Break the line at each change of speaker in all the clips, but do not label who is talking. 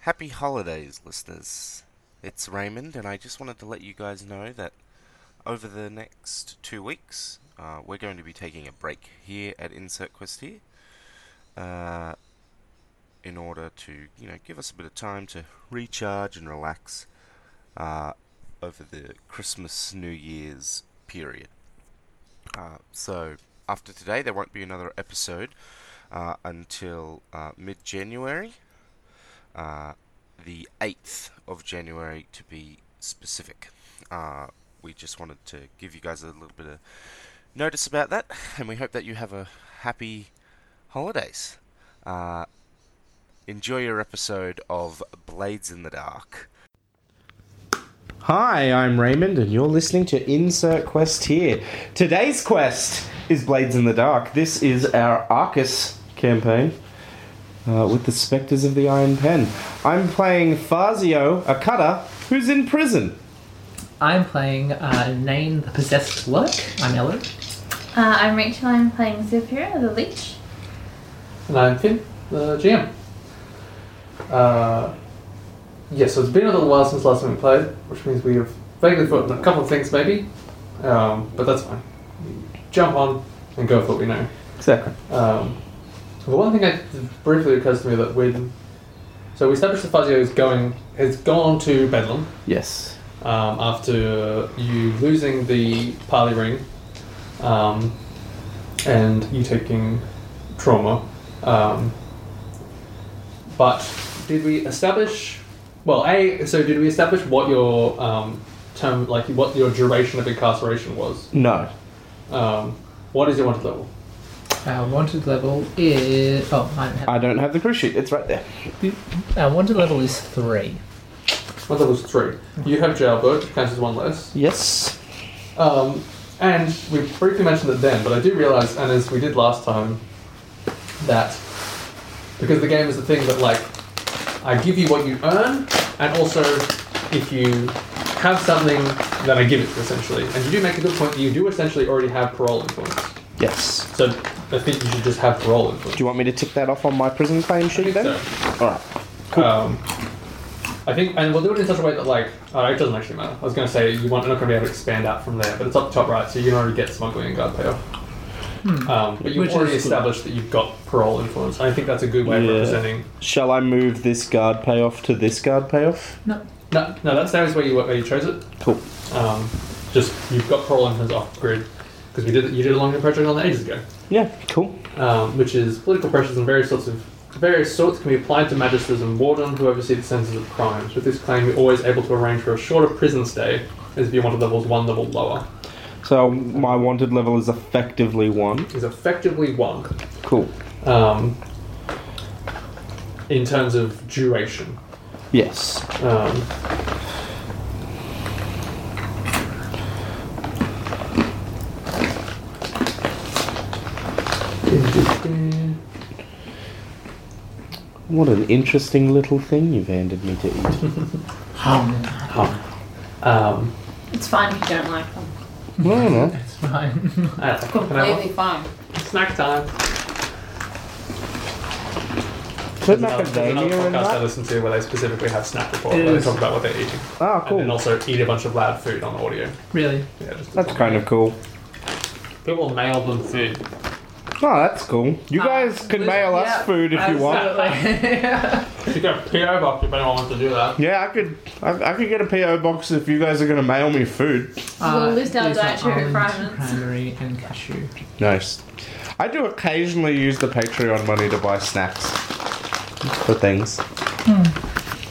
Happy holidays, listeners. It's Raymond, and I just wanted to let you guys know that over the next two weeks, uh, we're going to be taking a break here at Insert Quest here, uh, in order to you know give us a bit of time to recharge and relax uh, over the Christmas New Year's period. Uh, so after today, there won't be another episode uh, until uh, mid-January, uh, the eighth of January to be specific. Uh, we just wanted to give you guys a little bit of notice about that, and we hope that you have a happy holidays. Uh, enjoy your episode of Blades in the Dark.
Hi, I'm Raymond, and you're listening to Insert Quest here. Today's quest is Blades in the Dark. This is our Arcus campaign uh, with the Spectres of the Iron Pen. I'm playing Fazio, a cutter who's in prison.
I'm playing uh, Nain the Possessed Lurk. I'm Ellen.
Uh, I'm Rachel. I'm playing Zephyr, the leech.
And I'm Finn, the GM. Uh, yeah, so it's been a little while since last time we played, which means we have vaguely forgotten a couple of things maybe, um, but that's fine. Jump on and go for what we know.
Exactly.
Um, the one thing that briefly occurs to me that when. So we established that Fazio is going, has gone to Bedlam
Yes.
um, after you losing the parley ring um, and you taking trauma. Um, but did we establish? Well, a so did we establish what your um, term, like what your duration of incarceration was?
No.
Um, what is your wanted level?
Our Uh, wanted level is oh, I don't
I
have.
don't have the crew sheet. It's right there.
Our wanted level is three.
Wanted level is three. You have jailbird, which counts as one less.
Yes.
Um, and we briefly mentioned it then, but I do realise, and as we did last time, that because the game is the thing that like I give you what you earn, and also if you have something, then I give it essentially. And you do make a good point that you do essentially already have parole influence.
Yes.
So I think you should just have parole influence.
Do you want me to tick that off on my prison claim sheet then? All right.
Um, I think, and we'll do it in such a way that, like, uh, it doesn't actually matter. I was going to say you want, you're not going to be able to expand out from there, but it's up top right, so you can already get smuggling and guard payoff. Um, but you've
Hmm. Which is
already
good.
established that you've got parole influence. I think that's a good way
Yeah.
of representing.
Shall I move this guard payoff to this guard payoff?
No.
No, no, that's that is where you where you chose it.
Cool.
Um, just you've got parole influence off grid because we did you did a long project on that ages ago.
Yeah. Cool.
um, which is political pressures and various sorts of various sorts can be applied to magisters and warden who oversee the sentences of crimes. With this claim, you're always able to arrange for a shorter prison stay, as if you wanted levels one level lower.
So my wanted level is effectively one.
Is effectively one
Cool.
um, in terms of duration.
Yes.
Um,
What an interesting little thing you've handed me to eat.
um,
It's fine if you don't like them.
no, no.
It's fine.
I don't know, can I have
Completely fine.
one? snack time. There's
Put
another- there's
macadamia
another
in
podcast I
that.
listen to where they specifically have snack reports
It
where they
is-
talk about what they're eating.
Ah,
And then
cool.
also eat a bunch of loud food on audio.
really?
Yeah, just
That's kind of cool.
people mail them food.
Oh, that's cool. You
Ah,
Uh,
guys can
this-
mail us
yeah,
food if you want.
Absolutely.
You got a PO box if anyone wants to do that.
Yeah, I could. I, I could get a PO box if you guys are gonna mail me food.
We'll list our
Uh, these are
dietary
almond,
requirements.
Cranberry and cashew.
Nice. I do occasionally use the Patreon money to buy snacks for things.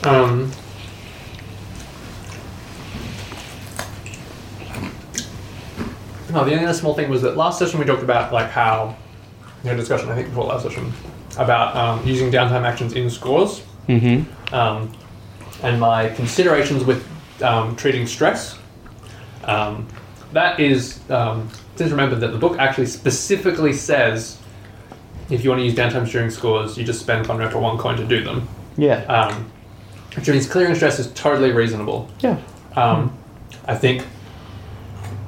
Um. No, the only other small thing was that last session we talked about like how we had a discussion I think before last session about um, using downtime actions in scores
Mm-hmm.
um, and my considerations with um, treating stress. Um, that is, um, just remember that the book actually specifically says if you want to use downtimes during scores, you just spend one rep or one coin to do them.
Yeah.
Um, which means clearing stress is totally reasonable.
Yeah.
Um, I think,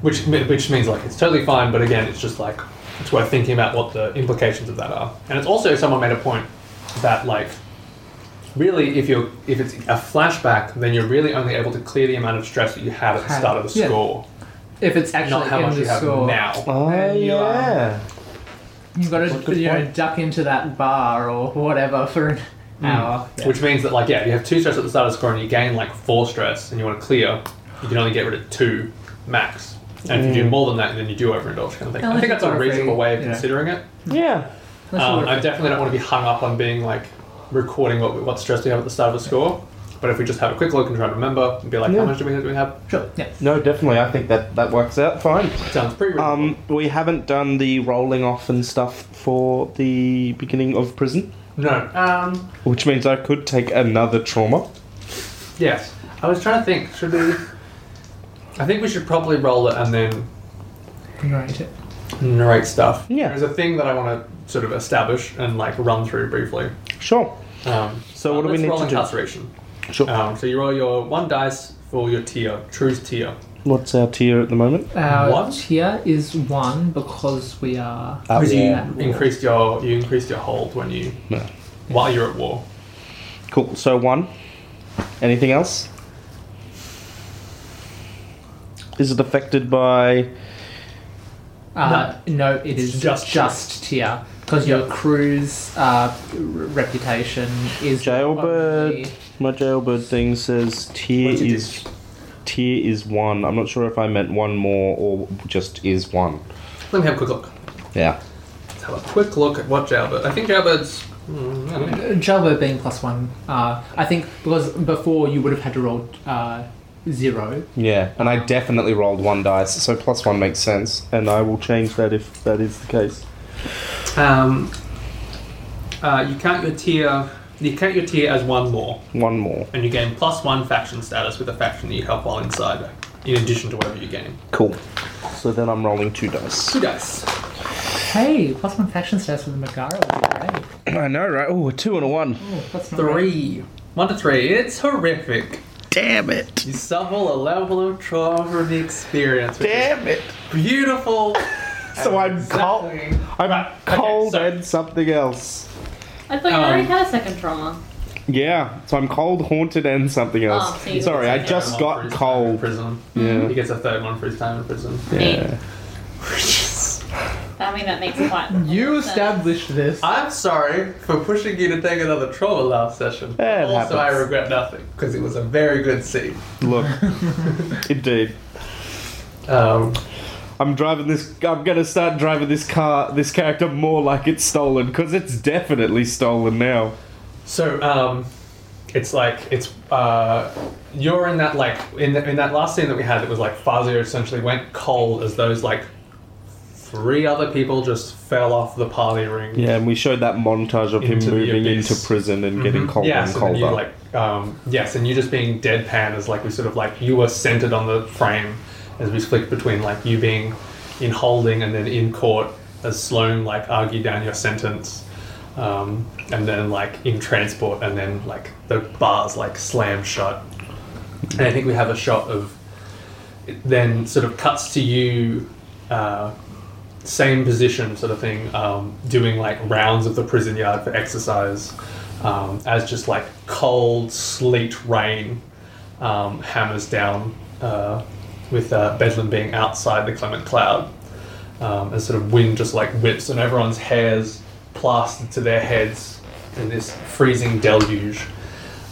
which which means like it's totally fine, but again, it's just like it's worth thinking about what the implications of that are. And it's also someone made a point that like really, if you're if it's a flashback, then you're really only able to clear the amount of stress that you had at the
Had.
start of the
Yeah.
score,
If it's actually
not how
in
much
the
you have
store,
now.
Oh,
And you are-
yeah.
you've got
That's a
to
good
you know,
point. Hmm.
duck into that bar or whatever for an hour. Yeah.
Which means that, like, yeah, if you have two stress at the start of the score and you gain like four stress and you want to clear, you can only get rid of two max. And if you
Mm.
do more than that, then you do overindulge kind of thing. I
Unless
think
you've
that's a
got a free-
reasonable way of
yeah.
considering it.
Yeah.
That's a
Um,
lot
I
of-
definitely don't want to be hung up on being like recording what, what stress we have at the start of the score. But if we just have a quick look and try to remember and be like,
Yeah.
how much do we have? Do we have?
sure. Yeah.
No, definitely. I think that that works out fine.
Sounds pretty reasonable.
Um, we haven't done the rolling off and stuff for the beginning of prison,
no. Um,
which means I could take another trauma.
yes. I was trying to think. Should we? I think we should probably roll it and then
Right.
narrate stuff.
Yeah.
There's a thing that I want to sort of establish and like run through briefly.
Sure.
Um,
So what
uh,
do we
let's
need
roll
to do?
incarceration.
Sure.
Um, so you roll your one dice for your tier, truth tier.
What's our tier at the moment?
Our
One?
tier Uh, is one because we are.
Uh,
Because
yeah.
you increased your you increased your hold when you
No.
while you're at war.
Cool. So one. Anything else? Is it affected by?
Uh, no. it is
Just
just,
tier.
tier because your crew's uh, r- reputation is
Jailbird.
only-
My jailbird thing says tier
What did you
is tier is one. I'm not sure if I meant one more or just is one.
Let me have a quick look.
Yeah.
Let's have a quick look at what Jailbird. I think Jailbird's. Mm, I don't know.
Uh, Jailbird being plus one. Uh, I think because before you would have had to roll uh, zero.
Yeah, and I definitely rolled one dice, so plus one makes sense, and I will change that if that is the case.
Um, uh, you count your tier. You count your tier as one more,
One more.
and you gain plus one faction status with a faction that you help while inside, in addition to whatever you gain.
Cool. So then I'm rolling two dice.
Two dice.
Hey, plus one faction stats with the Megara would be great.
I know, right? Oh, a two and a one.
Ooh, that's not right.
Three. One to three. It's horrific.
Damn it.
You suffer a level of trauma from the experience, which is
Damn it.
beautiful.
So I'm cold.
Exactly.
I'm cold
so-
and something else.
I thought you
Um,
already had a second trauma.
Yeah, so I'm cold, haunted, and something
Oh,
else.
so you-
Sorry, I
Yeah,
One
just
for
got
his time in
cold.
Prison.
Yeah.
He gets a third one for his time in prison.
Yeah.
I mean, that makes a lot.
You
sense.
established this.
I'm sorry for pushing you to take another trauma last session.
Eh, it
also, I
happens.
regret nothing because it was a very good scene.
Look, indeed.
Um,
I'm driving this. I'm gonna start driving this car, this character more like it's stolen, because it's definitely stolen now.
so, um, it's like it's uh, you're in that like in the, in that last scene that we had. It was like Fazio essentially went cold as those like three other people just fell off the party ring.
Yeah, and we showed that montage of
Into
him
the
moving
abyss.
into Mm-hmm. prison and getting colder
yeah,
and
so
colder.
then you like um, yes, and you just being deadpan is like we sort of like you were centered on the frame as we flicked between like you being in holding and then in court as Sloane like argued down your sentence, um, and then like in transport and then like the bars like slam shut, and I think we have a shot of it then sort of cuts to you. Uh, same position sort of thing, um, doing like rounds of the prison yard for exercise, um, as just like cold, sleet, rain um, hammers down, uh, with uh, Bedlam being outside the clement cloud, um, and sort of wind just like whips and everyone's hairs plastered to their heads in this freezing deluge.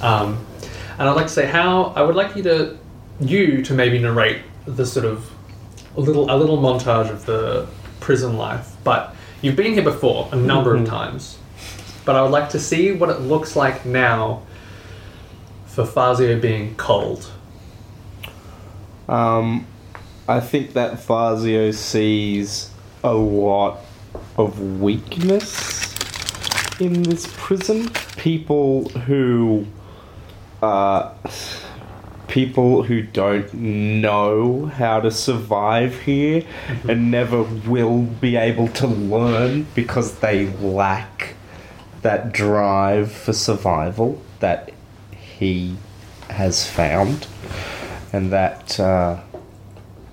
Um, and I'd like to say how I would like you to you to maybe narrate the sort of a little a little montage of the prison life. But you've been here before a number of times. But I would like to see what it looks like now for Fazio being cold.
Um, I think that Fazio sees a lot of weakness in this prison. People who, uh, people who don't know how to survive here and never will be able to learn because they lack that drive for survival that he has found and that uh,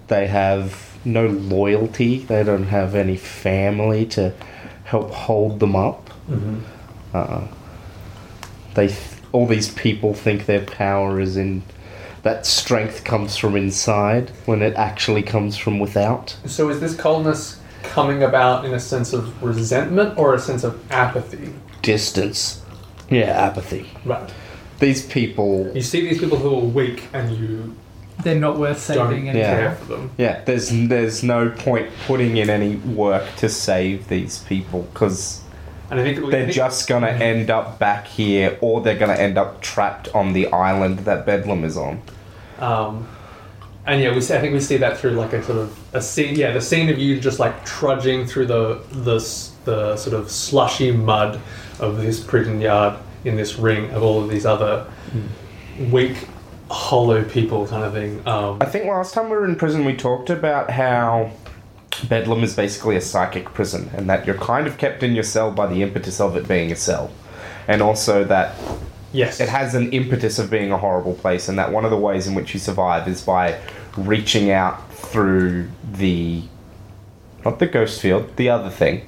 they have no loyalty. They don't have any family to help hold them up. Uh, they th- all these people think their power is in that strength comes from inside when it actually comes from without.
So is this coldness coming about in a sense of resentment or a sense of apathy?
Distance. Yeah, apathy.
Right.
These people.
You see these people who are weak and you
They're not worth
don't
saving
care
anymore.
Yeah.
for them.
Yeah, there's there's no point putting in any work to save these people because
And I think we- I
they're
think-
just gonna end up back here, or they're gonna end up trapped on the island that Bedlam is on.
Um, and yeah, we see, I think we see that through like a sort of a scene. Yeah, the scene of you just like trudging through the the s- the sort of slushy mud of this prison yard in this ring of all of these other
Hmm.
weak, hollow people, kind of thing. Um,
I think last time we were in prison, we talked about how Bedlam is basically a psychic prison, and that you're kind of kept in your cell by the impetus of it being a cell. And also that
yes,
it has an impetus of being a horrible place, and that one of the ways in which you survive is by reaching out through the. not the ghost field, the other thing.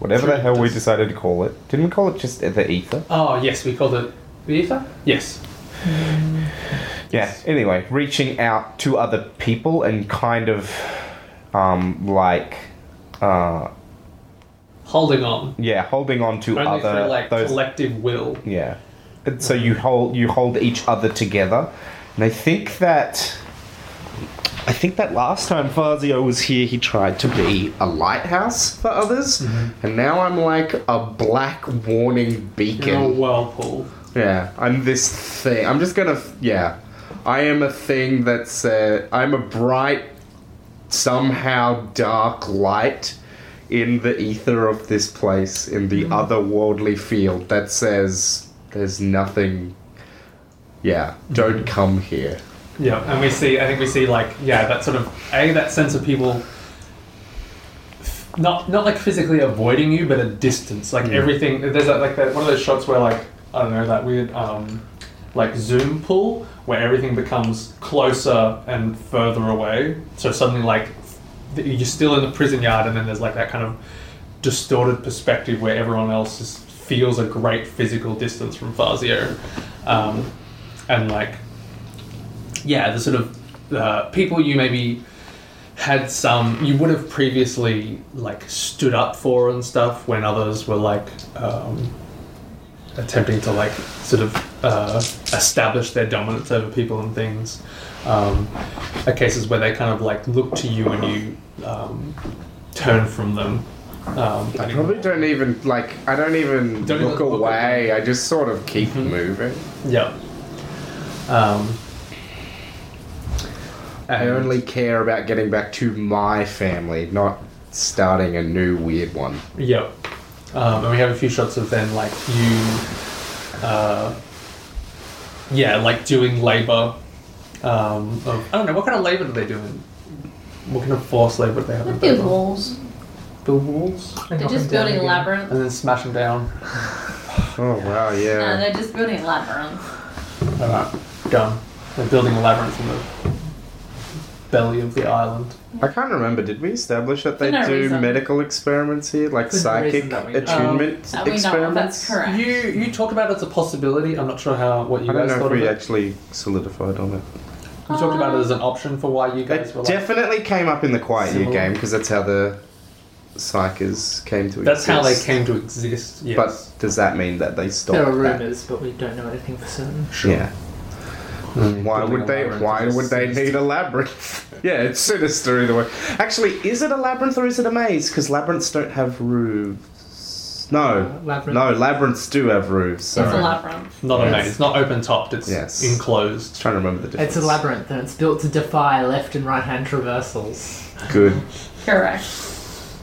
Whatever the hell we decided to call it. Didn't we call it just the ether?
Oh yes, we called it the ether. Yes.
Yeah. Anyway, reaching out to other people and kind of um, like uh,
Holding on.
yeah, holding on to
Only
other
through like
those
collective will.
yeah. And So you hold you hold each other together, and I think that I think that last time Fazio was here, he tried to be a lighthouse for others, and now I'm like a black warning
You're a
beacon.
whirlpool.
Yeah, I'm this thing. I'm just gonna. Yeah, I am a thing that's. Uh, I'm a bright, somehow dark light in the ether of this place, in the otherworldly field that says there's nothing. Yeah, don't come here.
Yeah, and we see. I think we see like yeah, that sort of a that sense of people. Not not like physically avoiding you, but a distance. Like everything, there's that, like that one of those shots where like I don't know that weird um, like zoom pull where everything becomes closer and further away. So suddenly like th- you're still in the prison yard, and then there's like that kind of distorted perspective where everyone else is, feels a great physical distance from Fazio, um, and like yeah, the sort of uh, people you maybe had some you would have previously like stood up for and stuff when others were like um, attempting to like sort of uh, establish their dominance over people and things. Um, are cases where they kind of like look to you and you um, turn from them. Um,
I probably don't even like. I don't even
Don't
look
even look
away. I just sort of keep moving.
yeah. Um,
I
and-
only care about getting back to my family, not starting a new weird one.
Yep. Um, and we have a few shots of them, like you, uh, yeah, like doing labour. Um, of, I don't know what kind of labour do they do? in- What kind of forced labour do they have? in
Look at
Bedlam?
walls.
The walls.
They're just building a labyrinth.
And then smash them down.
Oh wow,
No,
yeah.
they're just building a labyrinth.
All right, done. They're building a labyrinth in the belly of the island.
I can't remember. Did we establish that they
For no
do
reason.
medical experiments here, like
For no reason
psychic
that we know.
attunement
Oh, That we know of, that's
experiments?
correct.
You you talked about it as a possibility. I'm not sure how what you
I don't
guys
know if
thought of
we
it.
actually solidified on it.
You talked about it as an option for why you guys
It
were like.
definitely came up in the Quiet Year
Similar.
game because that's how the psychers came to
That's
exist.
how they came to exist. Yes.
But does that mean that they stopped?
There are
that?
rumours, but we don't know anything for certain.
Yeah. Why would they? Why would they need a labyrinth? yeah, it's sinister either way. Actually, is it a labyrinth or is it a maze? Because labyrinths don't have roofs. No,
Uh, labyrinth.
no, labyrinths do have roofs.
It's a
Sorry, I
labyrinth.
Not a
Yes.
maze. It's not open topped. It's
Yes.
enclosed.
was trying to remember the difference.
It's a labyrinth, and it's built to defy left and right hand traversals.
Good.
Correct.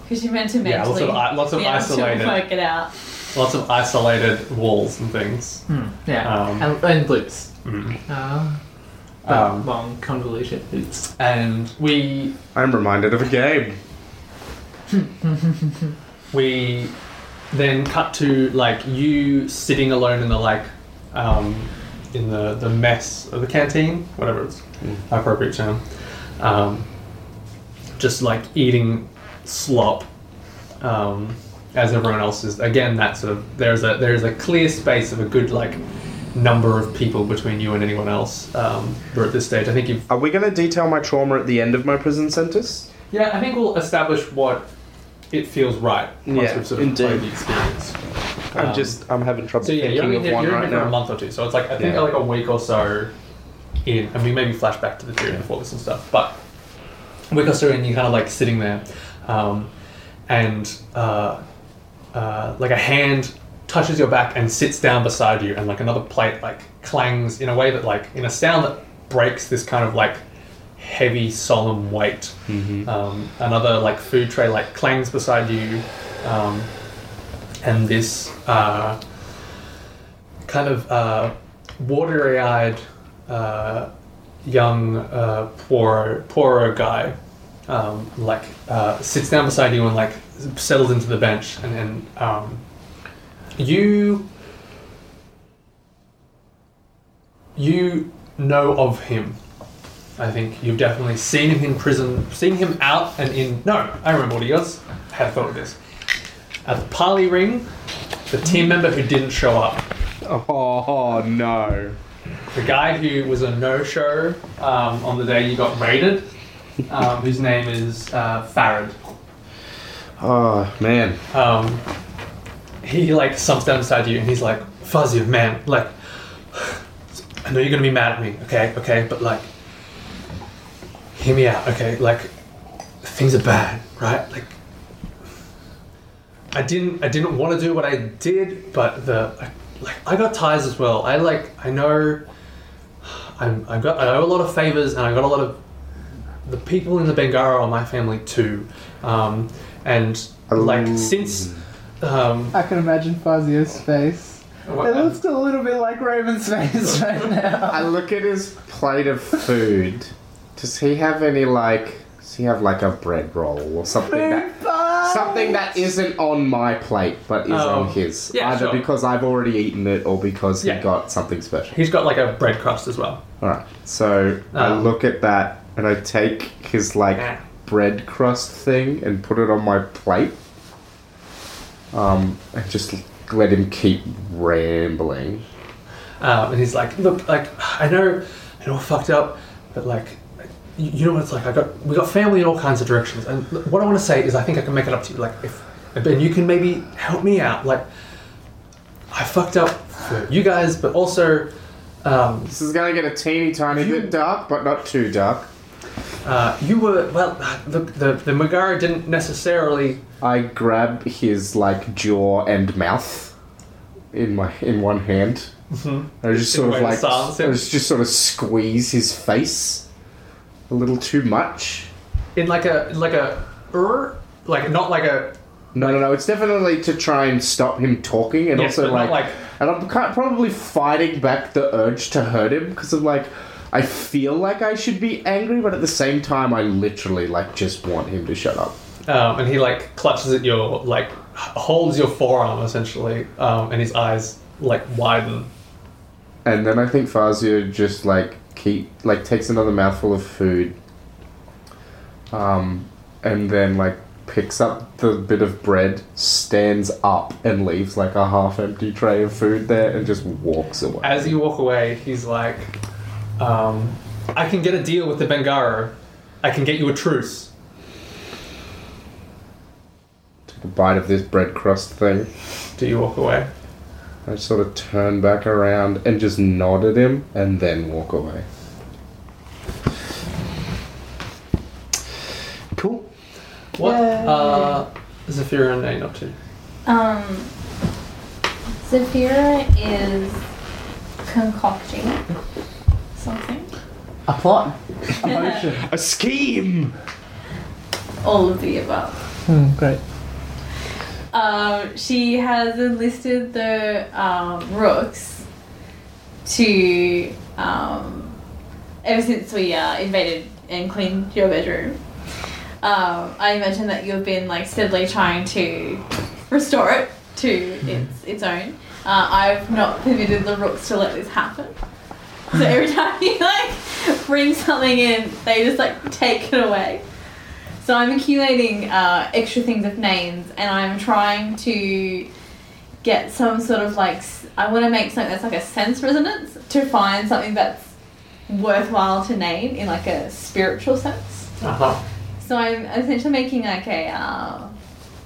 Because you meant to mentally
Yeah, lots of i- lots of
be able to
isolated,
work it out.
lots of isolated walls and things.
Hmm, Yeah,
Um, hmm.
and, and loops. Uh, but
Um,
long convoluted loops.
And we
I'm reminded of a game.
we then cut to like you sitting alone in the like um, in the the mess of the canteen, whatever it's
Mm.
appropriate term, um, just like eating slop um, as everyone else is. Again, that sort of there is a there is a clear space of a good like number of people between you and anyone else. Um, we're at this stage. I think you've
Are we going to detail my trauma at the end of my prison sentence?
Yeah, I think we'll establish what it feels right once
Yeah,
we've sort of
indeed.
played the experience.
I'm
Um,
just I'm having trouble
So yeah, you're,
thinking
only
of
in there-
one
you're in
right
there for a
now.
month or two. So it's like I think
Yeah.
like a week or so in, and we maybe flash back to the period before this and stuff. But a week or so in, you're kind of like sitting there, um, and uh, uh, like a hand touches your back and sits down beside you, and like another plate like clangs in a way that like in a sound that breaks this kind of like heavy solemn weight.
Mm-hmm.
Um, another like food tray like clangs beside you, um, and this. Uh, kind of uh, watery eyed uh, young uh, poor poorer guy um, like uh, sits down beside you and like settles into the bench and then um, you you know of him I think you've definitely seen him in prison seen him out and in no I remember what he was have thought of this at the parley ring the team member who didn't show up
Oh no!
the guy who was a no-show um, on the day you got raided, um, whose name is uh, Farad.
Oh man!
Um, he like stumps down beside you and he's like, "Fuzzy, man, like, I know you're gonna be mad at me, okay, okay, but like, hear me out, okay, like, things are bad, right? Like, I didn't, I didn't want to do what I did, but the, I, like, I got ties as well. I like, I know, I'm, I got, I owe a lot of favors and I got a lot of, the people in the Bengara are my family too, um, and like
Oh.
since, um,
I can imagine Fazio's face. It looks a little bit like Raven's face right now.
I look at his plate of food. Does he have any like? Does he have like a bread roll or something that something that isn't on my plate but is
Oh.
on his?
Yeah,
Either
sure.
because I've already eaten it or because
Yeah.
he got something special.
He's got like a bread crust as well.
All right. So I
Um,
look at that and I take his like
Yeah.
bread crust thing and put it on my plate. Um, and just let him keep rambling.
Um, and he's like, look, like I know, I know, I fucked up, but like, you, you know what it's like. I got we got family in all kinds of directions, and look, what I want to say is, I think I can make it up to you. Like, if and you can maybe help me out. Like, I fucked up for you guys, but also. Um,
This is gonna get a teeny tiny
You-
bit dark, but not too dark.
uh, you were well. Look, the the Megara didn't necessarily
I grab his like jaw and mouth in my in one hand. I just
Mm-hmm. In a
sort
way
of
to
like
silence
I
him.
just sort of squeeze his face a little too much.
in like a like a er, like not like a
No, no, no. It's definitely to try and stop him talking, and
Yes,
also
but not
like,
like-
and I'm ki- probably fighting back the urge to hurt him because I'm like, I feel like I should be angry, but at the same time, I literally like just want him to shut up.
um, and he like clutches at your like h- holds your forearm essentially, um, and his eyes like widen.
And then I think Fazio just like keep like takes another mouthful of food, um, and then like picks up the bit of bread, stands up, and leaves like a half-empty tray of food there, and just walks away.
As you walk away, he's like, um, "I can get a deal with the Bengaro. I can get you a truce."
a bite of this bread crust thing.
Do you walk away?
I sort of turn back around and just nod at him and then walk away. Cool.
What uh, Zephyr and Nain up to?
Um, Zafira is concocting something.
A plot. Emotion.
A scheme!
All of the above.
Hmm, great.
Um, she has enlisted the um, rooks to. Um, ever since we uh, invaded and cleaned your bedroom, um, I imagine that you've been like steadily trying to restore it to
Hmm.
its its own. Uh, I've not permitted the rooks to let this happen. So every time you like bring something in, they just like take it away. So I'm accumulating uh, extra things of names, and I'm trying to get some sort of like s- I want to make something that's like a sense resonance to find something that's worthwhile to name in like a spiritual sense.
Uh huh.
So I'm essentially making like a uh,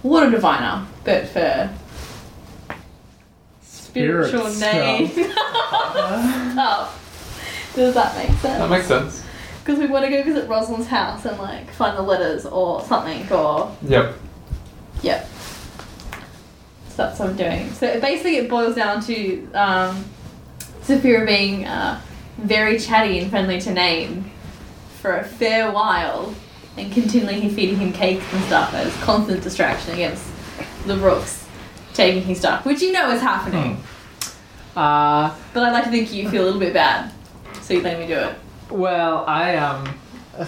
water diviner, but for
Spirit
spiritual name. oh, does that make
That
sense?
makes sense.
Because we want to go visit Rosalind's house and like find the letters or something or
Yep.
Yep. So that's what I'm doing. So basically, it boils down to um, Sophia being uh, very chatty and friendly to Name for a fair while and continually feeding him cakes and stuff as constant distraction against the rooks taking his stuff, which you know is happening.
Hmm. Uh,
But I'd like to think you feel a little bit bad, so you let me do it.
well, I um,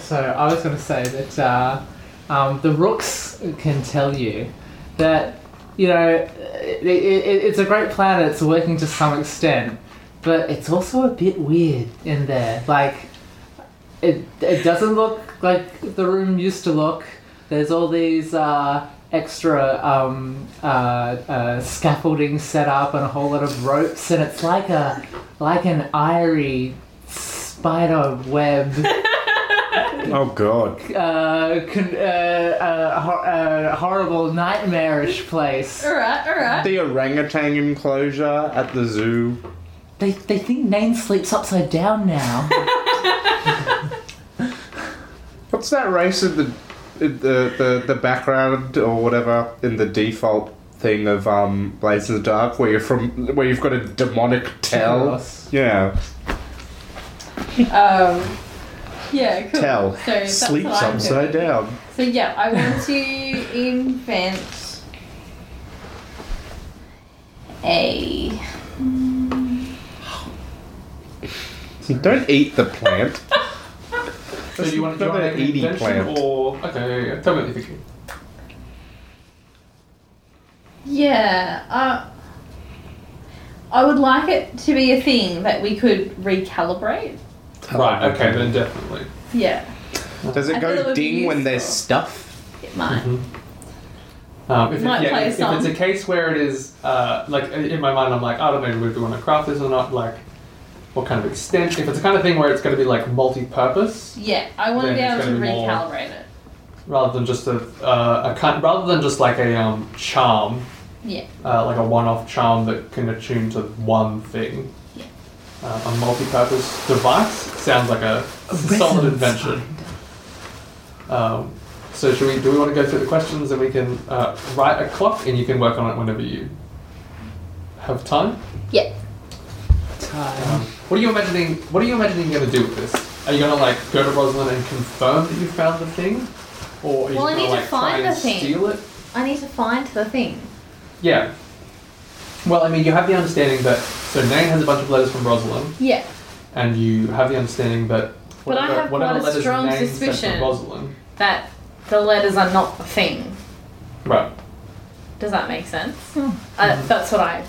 so I was going to say that uh, um, the rooks can tell you that you know it, it, it's a great plan. and It's working to some extent, but it's also a bit weird in there. Like it, it doesn't look like the room used to look. There's all these uh, extra um, uh, uh, scaffolding set up and a whole lot of ropes, and it's like a like an airy spider web
Oh god.
uh, con- uh, uh, hor- uh, horrible nightmarish place.
Alright, alright.
The orangutan enclosure at the zoo.
They, they think Nain sleeps upside down now.
What's that race in the in the, the the background or whatever in the default thing of um Blades in the Dark where you're from where you've got a demonic tell?
Talos.
Yeah.
Um, yeah, cool.
Tell.
So that's
Sleeps
what I'm
upside
doing.
down.
So yeah, I want to invent a.
Don't eat the plant.
So you want to
Talk
do
about
an
eating
invention
plant.
or okay? Yeah, yeah. Tell me what you're thinking.
Yeah, uh, I would like it to be a thing that we could recalibrate.
Right. Okay. Then definitely.
Yeah,
Does
I
it
thought it
go
would be
ding when there's
useful.
stuff?
it might.
Mm-hmm. Um, if, it,
Might
yeah,
play a
if, if it's
song.
a case where it is, uh, like, in in my mind, I'm like, I don't know whether we want to craft this or not, like, what kind of extent. If it's the kind of thing where it's going to be, like, multi purpose,
Yeah, I want to be
Then
able
it's
to
gonna be more-
recalibrate it.
rather than just a, uh, a kind, rather than just like a um, charm,
Yeah,
uh, like a one off charm that can attune to one thing.
Yeah.
Uh, a multi purpose device sounds like a, solid invention. Um, so should we? Do we want to go through the questions and we can uh, write a clock and you can work on it whenever you have time?
yeah.
Um, what are you imagining? What are you imagining you're gonna do with this? Are you gonna like go to Rosalind and confirm that you found the thing, or are you
Well, I
gonna
need to
like try
find
and
the thing.
steal it?
I need to find the thing.
Yeah. Well, I mean, you have the understanding that so Nane has a bunch of letters from Rosalind,
Yeah,
and you have the understanding that
But I
whatever,
have
whatever
quite a
letters
strong
Nain sent
suspicion.
from Rosalind,
that the letters are not the thing.
right?
Does that make sense? Uh, that's what I.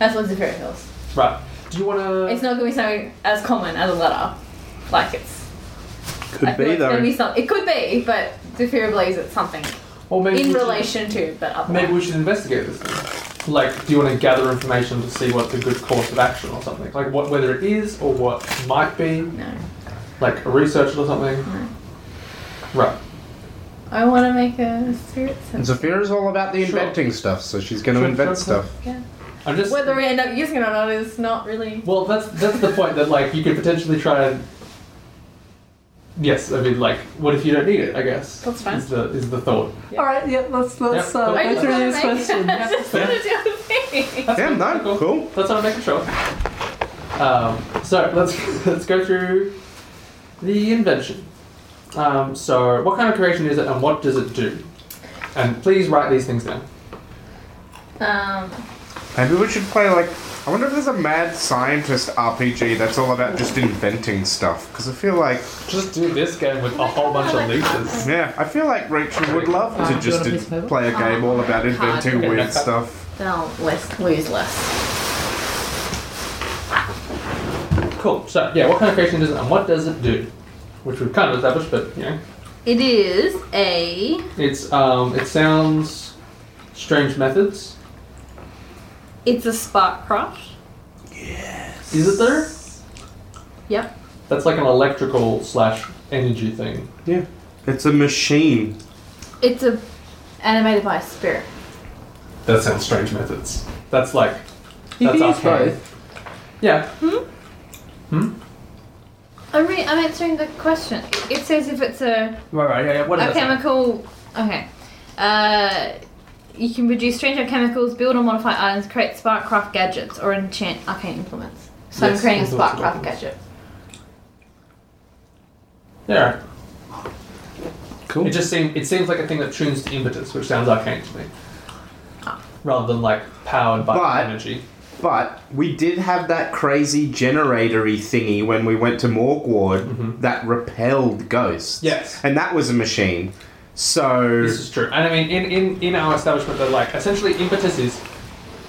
That's what Zephyr feels.
Right. Do you wanna?
It's not going to be something as common as a letter. Like it's. I
Could
feel
be
it's Gonna be
though.
some, it could be, but the fear of blaze it's something
or maybe
in
we should-
relation to, but other.
Maybe we should investigate this thing. Like, do you want to gather information to see what's a good course of action or something? Like, what whether it is or what might be,
no.
like research it or something. Right.
I want to make a spirit
And
sense.
Sophia is all about the
Sure.
inventing stuff, so she's going to
Sure,
invent
sure, sure.
stuff.
I'm just.
Whether we end up using it or not is not really.
well, that's that's the point that like you could potentially try and. Yes, I mean, like, what if you don't need it? I guess.
That's fine.
Is the is the thought.
All right, yeah, let's let's
Yep.
uh,
I
go
I just
Answer
through
want
these
to make
questions.
I just want to do a thing.
That's
Yeah,
fine,
no, cool.
That's what I'm making sure. Um, so let's let's go through the invention. Um, so what kind of creation is it, and what does it do? And please write these things down.
Um,
Maybe we should play like. I wonder if there's a mad scientist RPG that's all about just inventing stuff. Because I feel like,
Just do this game with a whole bunch of leeches.
yeah, I feel like Rachel would love
Uh, do
to
you
just
want a piece of paper?
play a game all about inventing
Ah, okay.
weird stuff.
then I'll less, lose less.
Cool. So yeah, what kind of creation is it, and what does it do? Which we've kind of established, but you know,
It is a.
it's um, it sounds strange methods.
It's a spark craft.
Is it there?
Yep.
That's like an electrical slash energy thing.
Yeah. It's a machine.
It's a animated by a spirit.
That sounds strange methods. That's like
You
that's
can use
arcane.
both.
Yeah.
I'm, re- I'm answering the question. It says if it's a
Right, right, yeah, yeah. What
a
does that say?
chemical. Okay. Uh, you can produce strange chemicals, build or modify items, create sparkcraft gadgets, or enchant arcane implements. So I'm
Yes,
creating a
those are
sparkcraft
weapons.
gadget.
Yeah.
Cool.
It just seems it seems like a thing that tunes to impetus, which sounds arcane to me.
Ah.
Rather than like powered by
But-
energy.
But we did have that crazy generatory thingy when we went to Morgward that repelled ghosts.
Yes.
And that was a machine. So
This is true. And I mean in, in, in our establishment that like essentially impetus is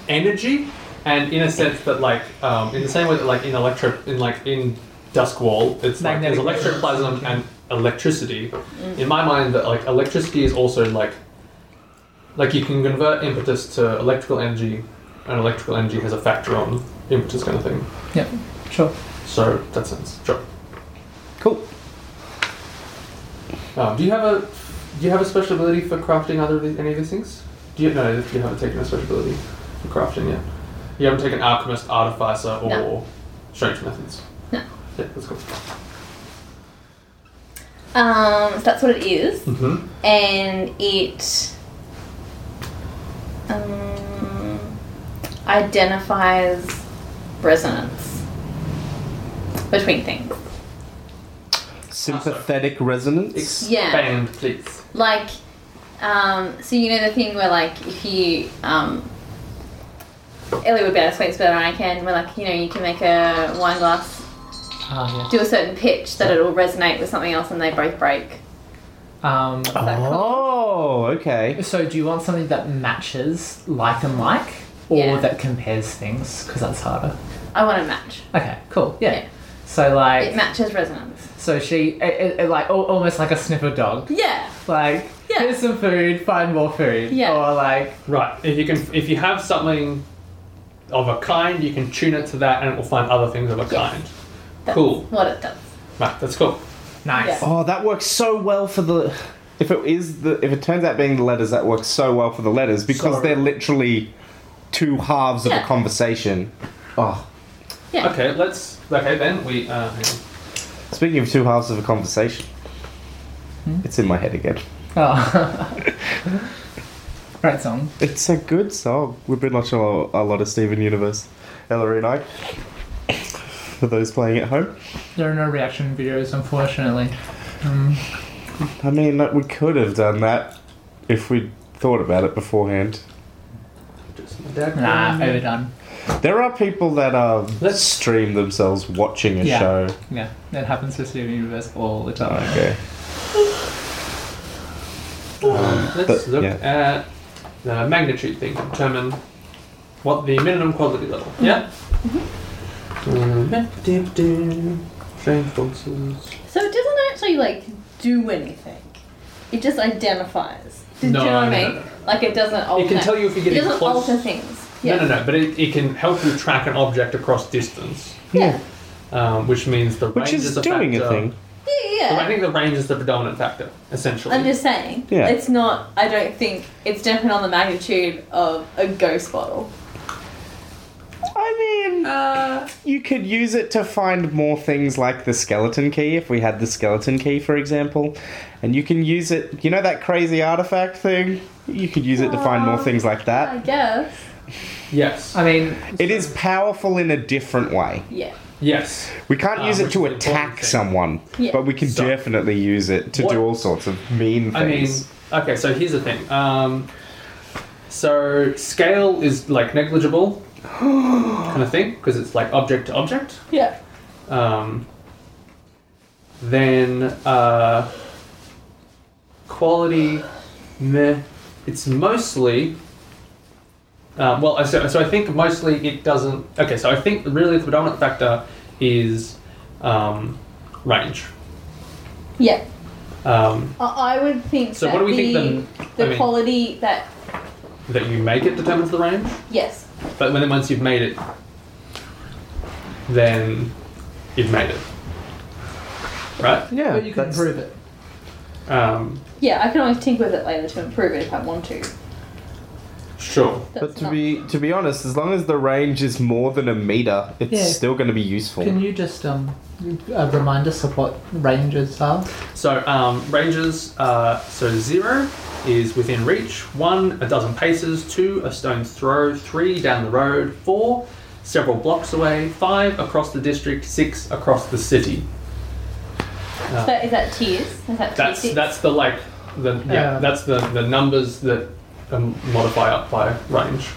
energy and in a sense that like um, in the same way that like in electro in like in dusk wall it's like
Magnetic
there's electroplasm and electricity. In my mind that like electricity is also like like you can convert impetus to electrical energy and electrical energy has a factor on impetus kind of thing.
Yep. Sure.
So that sounds sure.
cool.
Um, do you have a do you have a special ability for crafting other of these, any of these things? Do you no? You haven't taken a special ability for crafting yet. You haven't taken alchemist, artificer, or
No.
strange methods.
No.
Yeah, that's cool.
Um, so that's what it is,
Mm-hmm.
and it um, identifies resonance between things.
Ah,
Sympathetic resonance.
Expand, please.
like um, so you know the thing where like if you um, Ellie would be able to explain this better than I can where like you know you can make a wine glass
Ah,
do a certain pitch that it'll resonate with something else and they both break
yeah. Um,
that
oh, okay.
So, do you want something that matches like and like, or
Yeah.
that compares things? Because that's harder.
I want to match
Okay, cool. Yeah.
Yeah.
So,
it
like,
matches resonance
so she, it, it, it like, al- almost like a sniffer dog.
yeah
Like,
Yeah.
here's some food, find more food.
Yeah.
Or like,
Right. If you can, if you have something of a kind, you can tune it to that, and it will find other things of a kind.
that's
Cool.
what it does
Right. That's cool.
nice.
Yeah.
Oh, that works so well for the. If it is the, if it turns out being the letters, that works so well for the letters because
Sorry.
they're literally two halves of
Yeah.
a conversation. Oh,
yeah
Okay. Let's. Okay. Then we. Uh, hang on.
speaking of two halves of a conversation, it's in my head again.
Oh. Great song.
It's a good song. We've been watching a lot, a lot of Steven Universe, Ella and I. For those playing at home,
There are no reaction videos, unfortunately.
I mean, like, we could have done that if we'd thought about it beforehand.
Just my dad.
Nah,
Um,
overdone.
There are people that um,
Let's-
stream themselves watching a
Yeah.
show.
Yeah, that happens to Steven Universe all the time.
Okay.
Let's
But,
look
yeah.
at the magnitude thing to determine what the minimum quality level. Mm-hmm. Yeah. Strange boxes.
so it doesn't actually like do anything it just identifies did
No,
you know what I
no,
mean
no, no,
like it doesn't alter
It can tell you if you're
it
getting
doesn't
close.
alter things yeah
No, no, no. But it, it can help you track an object across distance,
yeah
um, which means the
Which
range
is,
a
doing
factor.
a thing.
yeah, yeah.
So I think the range is the predominant factor, essentially.
I'm just saying.
Yeah.
It's not, I don't think, it's definitely on the magnitude of a ghost bottle.
I mean,
Uh,
you could use it to find more things like the skeleton key, if we had the skeleton key, for example. And you can use it, you know, that crazy artifact thing? You could use it to find
Uh,
more things like
I
that.
guess.
yes.
I mean,
It is powerful in a different way.
Yeah.
yes.
We can't
Uh,
use it
which
to
is the important
attack
thing.
someone,
Yeah.
but we can
So-
definitely use it to
What-
do all sorts of mean
I mean,
things.
okay, so here's the thing. Um, so scale is like negligible kind of thing because it's like object to object.
Yeah.
Um, then uh, quality, meh. It's mostly. Um, well, I- so, so I think mostly it doesn't. Okay, so I think really the predominant factor is um, range.
Yeah.
Um,
I, I would think
So
that
what do we
the,
think
the
the- I mean-
quality that,
that you make it determines the range.
yes.
But when once you've made it, then you've made it, right?
Yeah,
but you can
that's-
prove it.
Um,
Yeah, I can always tinker with it later to improve it if I want to.
sure.
That's
But to
not-
be to be honest, as long as the range is more than a meter, it's
Yeah.
still going to be useful.
Can you just um, uh, remind us of what ranges are?
So um, ranges. Uh, so zero is within reach. One, a dozen paces. Two, a stone's throw. Three, down the road. Four, several blocks away. Five, across the district. Six, across the city.
So is that tiers? Is that tier
That's
six?
that's the like the yeah.
Yeah.
That's the the numbers that um, modify up by range.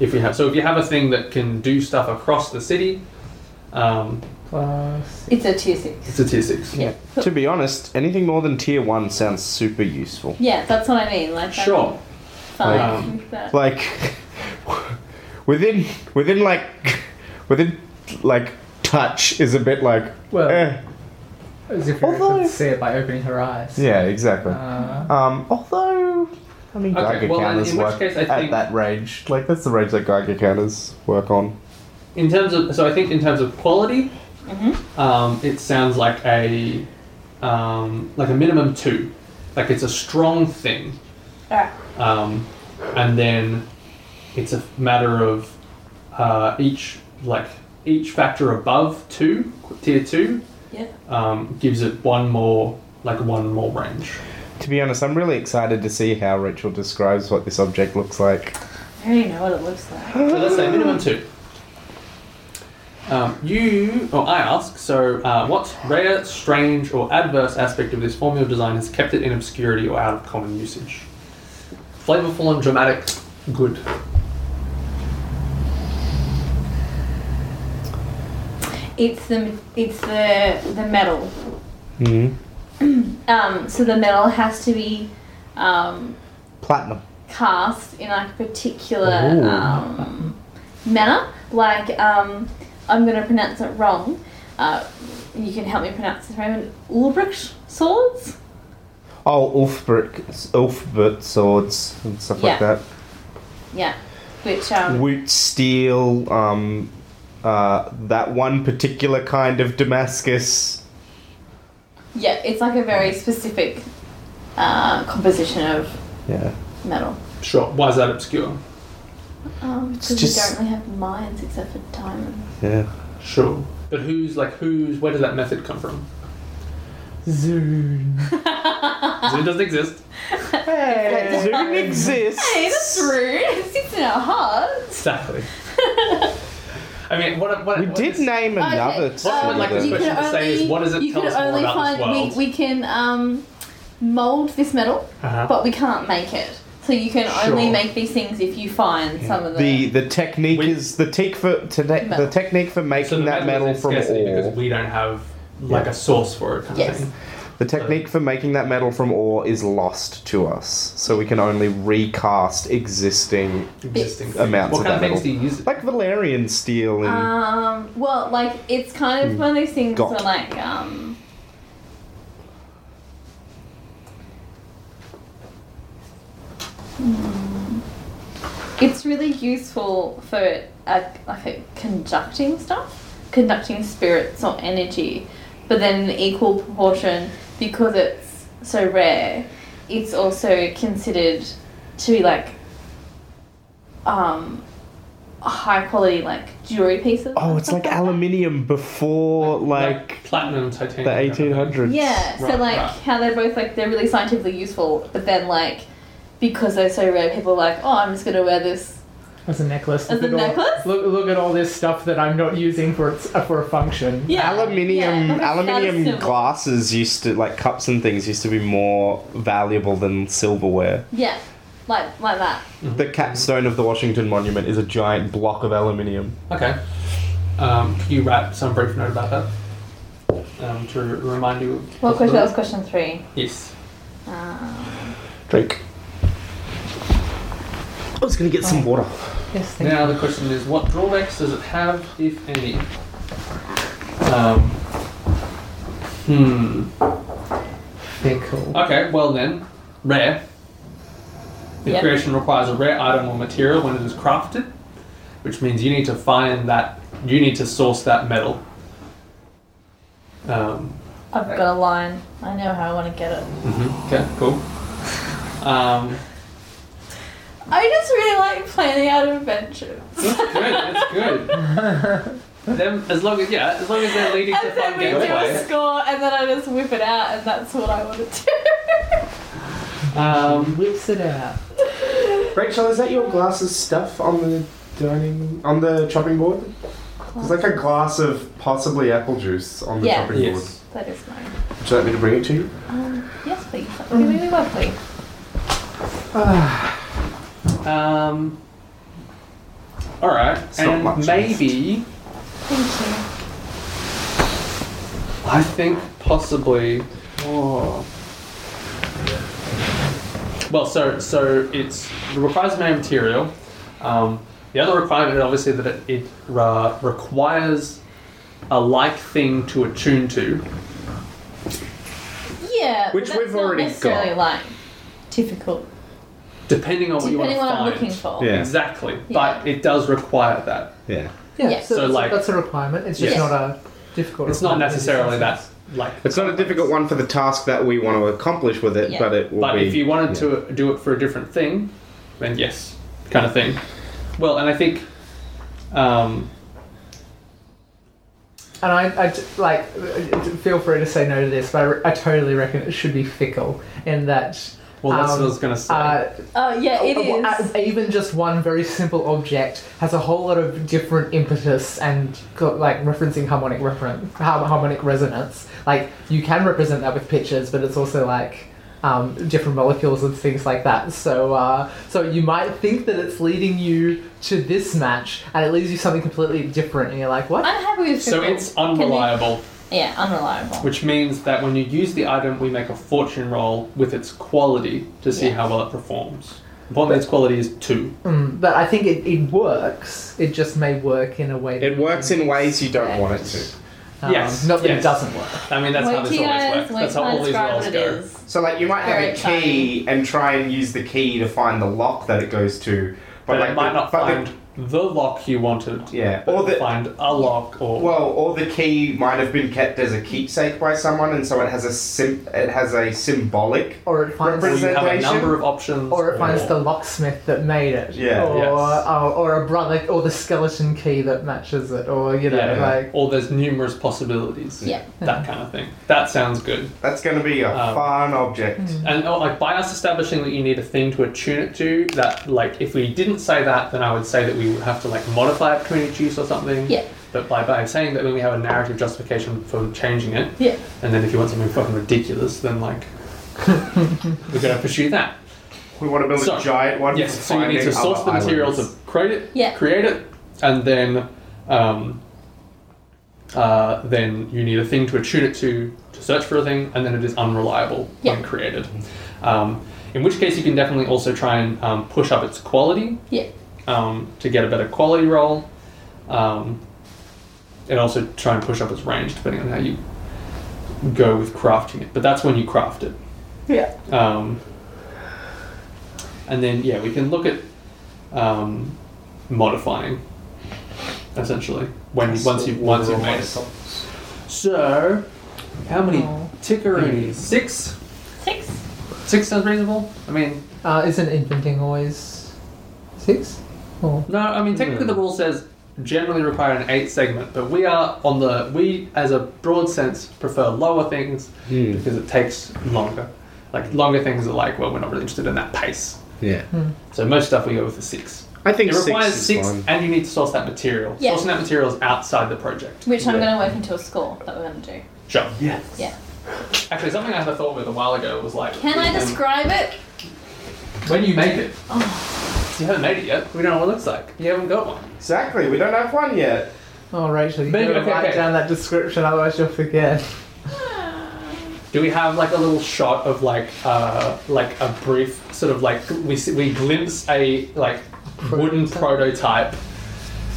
If you have so, if you have a thing that can do stuff across the city, um,
Plus,
It's a tier six.
it's a tier six.
Yeah.
To be honest, anything more than tier one sounds super useful.
Yeah, that's what I mean. Like I
Sure.
Fine.
Um,
with that.
Like within within like within like touch is a bit like
Well-
eh.
as if you
Although-
could see it by opening her eyes.
yeah, exactly.
Uh,
Um, although I mean
Okay,
Geiger
well, then
counters
in which
work
case I
at
think-
that range. Like that's the range that Geiger counters work on.
In terms of, so I think in terms of quality,
Mhm.
um, it sounds like a um, like a minimum two, like it's a strong thing,
Alright.
um, and then it's a matter of uh, each like each factor above two, tier two,
Yeah.
um, gives it one more like one more range.
To be honest, I'm really excited to see how Rachel describes what this object looks like.
I already know what it looks like.
So let's say minimum two. Um, you, or I ask, so uh, what rare, strange, or adverse aspect of this formula design has kept it in obscurity or out of common usage? Flavorful and dramatic, good.
It's the it's the the metal.
Mm-hmm.
Mm.
Um, so the metal has to be um,
Platinum.
cast in like a
Ooh.
particular um, manner. Like um, I'm going to pronounce it wrong. Uh, you can help me pronounce this, Raymond. Ulbricht swords.
Oh, Ulfbert, Ulfbert swords and stuff like
Yeah.
that.
Yeah, which um,
Woot steel, um, uh, that one particular kind of Damascus.
yeah, it's like a very specific uh, composition of
Yeah.
metal.
Sure. Why is that obscure?
Um,
It's
because
just-
we don't really have mines except for diamonds.
Yeah.
Sure. But who's, like, who's, where does that method come from?
zoom.
Because it doesn't exist.
Hey, Zoom exists.
Hey, that's rude. It sits in our hearts.
Exactly. I mean, what, what
We
what
did
is-
name another
Okay.
to
What I would like
that.
this
uh, you
question
can
to say is,
only-
what does it
you
tell
can
us more
only
about this
find,
world?
We, we can um, mold this metal,
Uh-huh.
but we can't make it. So you can only
Sure.
make these things if you find some of
The the technique
We-
is the tech for today.
Metal.
The technique for making
So the
that
metal
metal
is in
from
scarcity because
ore.
we don't have like
Yeah.
a source for it. Kind
Yes.
of thing.
The technique for making that metal from ore is lost to us, so we can only recast existing,
Existing
Bits.
thing.
Amounts
What
of
kind of things
that metal.
do you use it?
like Valerian steel and.
Um, well, like it's kind of one of those things
Hmm. Got.
where, like, um, mm, it's really useful for a, like a conducting stuff, conducting spirits or energy, but then in equal proportion because it's so rare. It's also considered to be like um, high quality like jewelry pieces.
Oh,
and
it's
stuff
like
that.
aluminium before like
platinum, titanium,
the 1800s.
Yeah, so
Right,
like
right.
how they're both like they're really scientifically useful, but then like because they're so rare, people are like, oh, I'm just gonna wear this.
As a necklace.
As
look
a
at all-
necklace?
Look, look at all this stuff that I'm not using for its, uh, for a function.
Yeah,
Aluminium,
yeah, like a status
aluminium
symbol.
glasses used to like cups and things used to be more valuable than silverware.
Yeah, like like that.
The capstone of the Washington Monument is a giant block of aluminium.
Okay. Um, can you write some brief note about that um, to re- remind you? of
Well,
what's
question that
the-
was question three.
Yes.
Um,
Drink. I was gonna get some water.
Yes, thank
Now the question is, what drawbacks does it have, if any? Um, hmm.
you. Fickle.
Okay, well then, rare. The
Yep.
creation requires a rare item or material when it is crafted. which means you need to find that, you need to source that metal. Um,
I've got a line. I know how I want to get it.
mhm, Okay, cool. Um,
I just really like planning out adventures.
that's good, that's good. Them, as long as, yeah, as long as they're leading to
And then
fun
we do a
gameplay.
score, and then I just whip it out, and that's what I want to do.
Um,
Whips it out.
Rachel, is that your glasses stuff on the dining on the chopping board? There's like a glass of possibly apple juice on the
Yeah.
chopping
yes.
that is mine.
board. Would you like me to bring it to you?
Um, yes, please. That would be really lovely.
Um, all right,
It's not
and
much.
maybe
Thank
I think possibly. Oh. Well, so so it's it requires main material. Um, the other requirement, is obviously, that it, it uh, requires a like thing to attune to.
you. Yeah, but
Which
that's
we've
not
already
necessarily
got.
like difficult,
Depending on what
depending
you
what
want to
I'm
find.
looking for.
Yeah.
Exactly,
Yeah.
but it does require that.
Yeah.
Yeah,
Yeah.
So,
so, that's,
like-
that's a requirement. It's just
Yes.
not a difficult.
It's not
requirement in this
necessarily that
instance.
like.
It's not a difficult one for the task that we want to accomplish with it,
Yeah.
but it will
But
be.
if you wanted
yeah.
to do it for a different thing, then yes, kind of thing. Well, and I think, um,
And I, I t- like, uh, feel free to say no to this, but I, re- I totally reckon it should be fickle in that.
well, that's what I
um,
was going to say.
uh,
Oh yeah, it
w-
is.
w- Even just one very simple object has a whole lot of different impetus and co- like referencing harmonic reference, harmonic resonance. Like you can represent that with pictures, but it's also like um, different molecules and things like that. So uh, so you might think that it's leading you to this match, and it leads you something completely different, and you're like, what?
I'm happy with
so
fickle.
it's
Can you-
unreliable,
Yeah, unreliable.
which means that when you use the item, we make a fortune roll with its quality to see
Yeah.
how well it performs. Upon its quality is two.
Mm, but I think it, it works. It just may work in a way.
It works in ways you don't want it to.
Um,
Yes,
Not that
yes.
it doesn't work.
I mean, that's how
Wait
this
till you
always
guys,
works.
wait
That's how
till I
all these
describe
rolls
what it
go.
is.
So, like, you might have
Very
a key and try and use the key to find the lock that it goes to,
But,
like,
it might
the-
not
but the-
find the lock you wanted.
Yeah,
Or
or the-
find a lock or
Well, or the key might have been kept as a keepsake by someone, and so it has a sim- it has a symbolic.
Or it finds
or you have a
presentation.
number of options.
or it finds the locksmith that made it,
Yeah.
or
Yes.
oh, or a brother, or the skeleton key that matches it, or you know,
Yeah,
like
or there's numerous possibilities.
Yeah.
That kind of thing. That sounds good.
That's going to be a
Um,
fun object.
hmm.
And oh, like by us establishing that you need a thing to attune it to, that like if we didn't say that, then I would say that we would have to like modify it to its use or something.
Yeah.
But by, by saying that, then we have a narrative justification for changing it.
Yeah.
And then if you want something fucking ridiculous, then like we're gonna pursue that.
We want to build
So-
a giant one.
Yes,
for
so you need to
finding
source
other
the material to
islands.
create it,
Yeah.
create it, and then um, uh, then you need a thing to attune it to to search for a thing, and then it is unreliable
Yeah.
when created. Um, in which case, you can definitely also try and um, push up its quality
Yeah.
um, to get a better quality roll, um, and also try and push up its range depending on how you go with crafting it. But that's when you craft it.
Yeah.
Um, and then, yeah, we can look at um, modifying, essentially, when once you once you've made it. So, how many
Oh.
tickeroonies? Six.
Six.
Six sounds reasonable. I mean,
uh, isn't inventing always six? Or
no, I mean technically the rule says generally require an eight segment, but we are on the we as a broad sense prefer lower things
Hmm.
because it takes longer. Like longer things are like, well, we're not really interested in that pace.
Yeah,
So most stuff we go with a six.
I think
It
six
requires
is
six,
fine.
and you need to source that material.
Yeah.
Sourcing that material is outside the project.
Which I'm
Yeah.
going to work into a score that we're going to do.
Sure.
Yes.
Yeah.
Actually, something I had a thought with a while ago was like,
Can I
when-
describe it?
when you make it?
Oh.
You haven't made it yet. We don't know what it looks like. You haven't got one.
Exactly. We don't have one yet.
oh, Rachel, you
Maybe-
gotta
okay,
write
okay.
down that description, otherwise you'll forget.
Do we have like a little shot of like, uh, like a brief sort of like we s- we glimpse a like wooden prototype,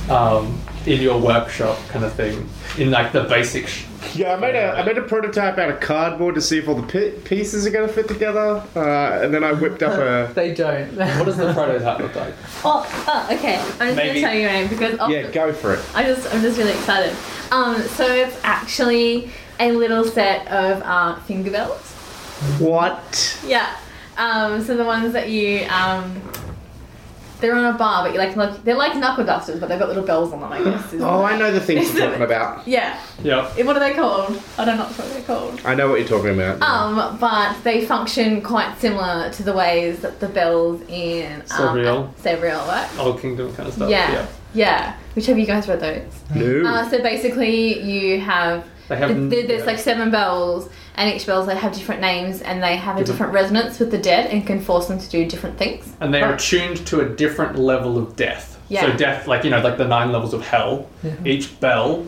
um, in your workshop kind of thing in like the basic sh-
Yeah, I made a I made a prototype out of cardboard to see if all the pi- pieces are going to fit together, uh, and then I whipped up a
They don't.
What does the prototype look like?
Oh, oh, okay. I'm just gonna
Maybe-
tell you my name because off
yeah.
the-
Go for it.
I just I'm just really excited. Um, so it's actually a little set of uh, finger bells.
What?
Yeah. Um, so the ones that you um, they're on a bar, but you like knuck- they're like knuckle dusters, but they've got little bells on them. I guess. is-
Oh, I know the things you're talking about.
Yeah.
Yeah.
Eh, What are they called? I don't know what they're called.
I know what you're talking about.
Um, but they function quite similar to the ways that the bells in um,
Sevriel.
Sevriel work.
Old Kingdom kind of stuff.
yeah. yeah. Which have you guys read those?
no.
Uh, so basically, you have
They have.
Th- th- there's
yeah.
like seven bells, and each bells they have different names, and they have a
Different-
different resonance with the dead, and can force them to do different things.
and they are tuned to a different level of death.
Yeah.
So death, like you know, like the nine levels of hell. Each bell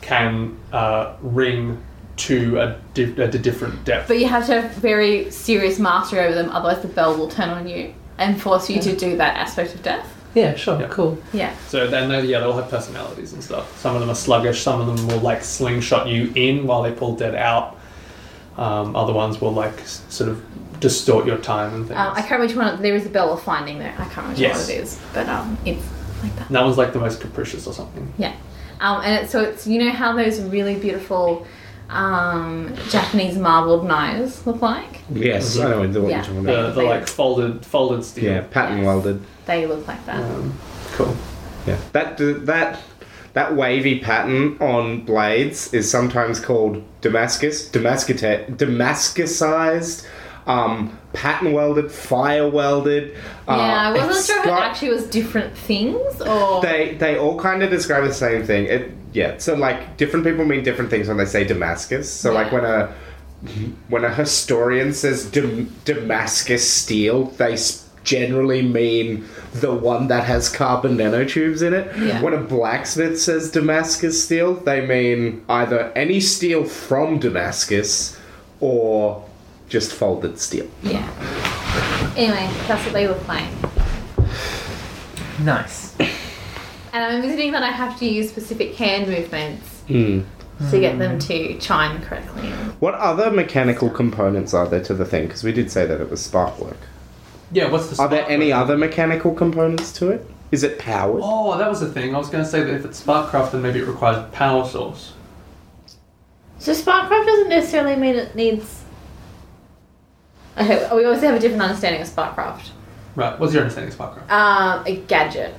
can uh, ring to a, di- a di- different depth.
But you have to have very serious mastery over them, otherwise the bell will turn on you and force you to do that aspect of death.
yeah, sure,
Yeah.
cool.
Yeah.
So then, they, yeah, they all have personalities and stuff. Some of them are sluggish. Some of them will like slingshot you in while they pull dead out. Um, other ones will like s- sort of distort your time and things.
Um, I can't remember which one. There is a bell of finding there. I can't remember
Yes.
what it is, but um, it's like that.
and that one's like the most capricious or something.
Yeah. Um, and it's, so it's you know how those really beautiful um, Japanese marbled knives look like.
yes, I know what you're
Yeah.
talking
The,
about.
the like folded folded steel.
Yeah, pattern
Yes.
welded.
They look like that.
Um, cool.
Yeah, that that that wavy pattern on blades is sometimes called Damascus, Damascus, Damascusized, um, pattern welded, fire welded. uh,
Yeah, I wasn't
it's
sure if it
got-
actually was different things or.
They they all kind of describe the same thing. It yeah. So like different people mean different things when they say Damascus. So like
Yeah.
when a when a historian says Dam- Damascus steel, they s- generally mean the one that has carbon nanotubes in it.
Yeah.
When a blacksmith says Damascus steel, they mean either any steel from Damascus or just folded steel.
yeah. Anyway, that's what they look like.
Nice.
And I'm envisioning that I have to use specific hand movements to get
Hmm.
them to chime correctly.
What other mechanical components are there to the thing? Because we did say that it was spark work.
Yeah. What's the?
Are
spark
there any
rate?
other mechanical components to it? Is it powered?
Oh, that was the thing. I was going to say that if it's Sparkcraft, then maybe it requires power source.
So sparkcraft doesn't necessarily mean it needs. Okay, we always have a different understanding of sparkcraft.
Right. What's your understanding of Sparkcraft?
Um, a gadget,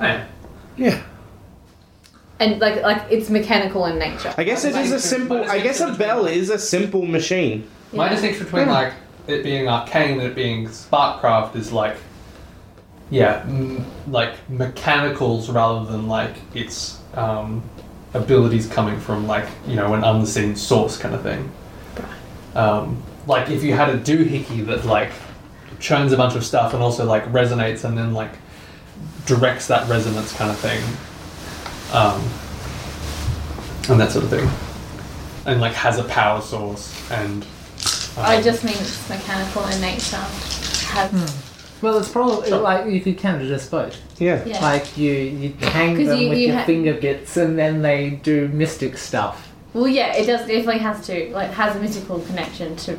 Yeah.
Yeah.
and like like it's mechanical in nature.
I guess it is a simple. I guess a bell is a simple machine.
My
Yeah.
distinction between like it being arcane and it being Sparkcraft is like, yeah, m- like mechanicals rather than like its um, abilities coming from like you know an unseen source kind of thing. Um, like if you had a doohickey that like churns a bunch of stuff and also like resonates and then like directs that resonance kind of thing, um, and that sort of thing, and like has a power source and.
I
um,
just mean it's mechanical in nature. Has
Hmm. Well, it's probably
Sure.
like you could count it as both.
Yeah.
yeah.
Like you, you hang
'Cause
them
you-
with
you
your
ha-
finger bits, and then they do mystic stuff.
Well, yeah, it does definitely has to like has a mystical connection to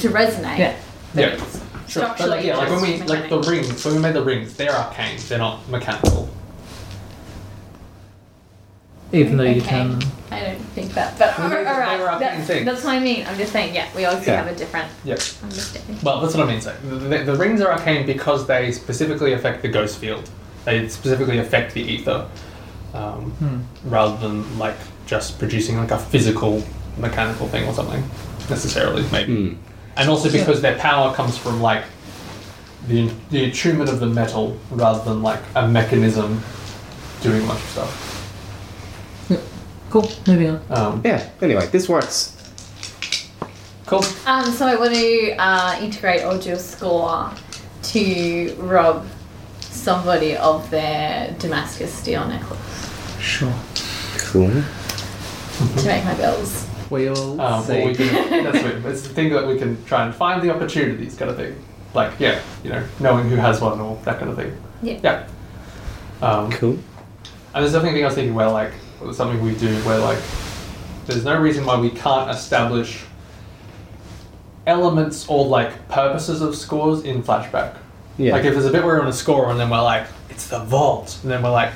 to resonate.
Yeah.
Yeah. Sure.
Structurally,
But like, yeah, like when we
just
like the
mechanical.
rings. When we made the rings, they're arcane. They're not mechanical.
Even though you
Okay.
can.
I don't think that, but
Well,
all
they-
right,
they were up in
that's,
things.
that's what I mean. I'm just saying, yeah, we obviously
Yeah.
have a different
Yeah.
understanding.
Well, that's what I mean. So the, the, the rings are arcane because they specifically affect the ghost field. They specifically affect the ether, um, rather than like just producing like a physical mechanical thing or something necessarily. Maybe. And also because their power comes from like the the attunement of the metal rather than like a mechanism doing much stuff.
Cool. Moving on.
Um,
Yeah. Anyway, this works.
cool.
Um, so I want to uh, integrate or do a score to rob somebody of their Damascus steel necklace
Sure.
Cool.
to make my bells.
We'll
Um,
see.
or we can, that's it. It's the thing that we can try and find the opportunities, kind of thing. Like, yeah, you know, knowing who has one or that kind of thing.
Yeah.
Yeah. Um,
Cool.
and there's definitely a thing I was thinking where, like, something we do where, like, There's no reason why we can't establish elements or like purposes of scores in flashback.
Yeah.
Like if there's a bit where we're on a score and then we're like, it's the vault, and then we're like,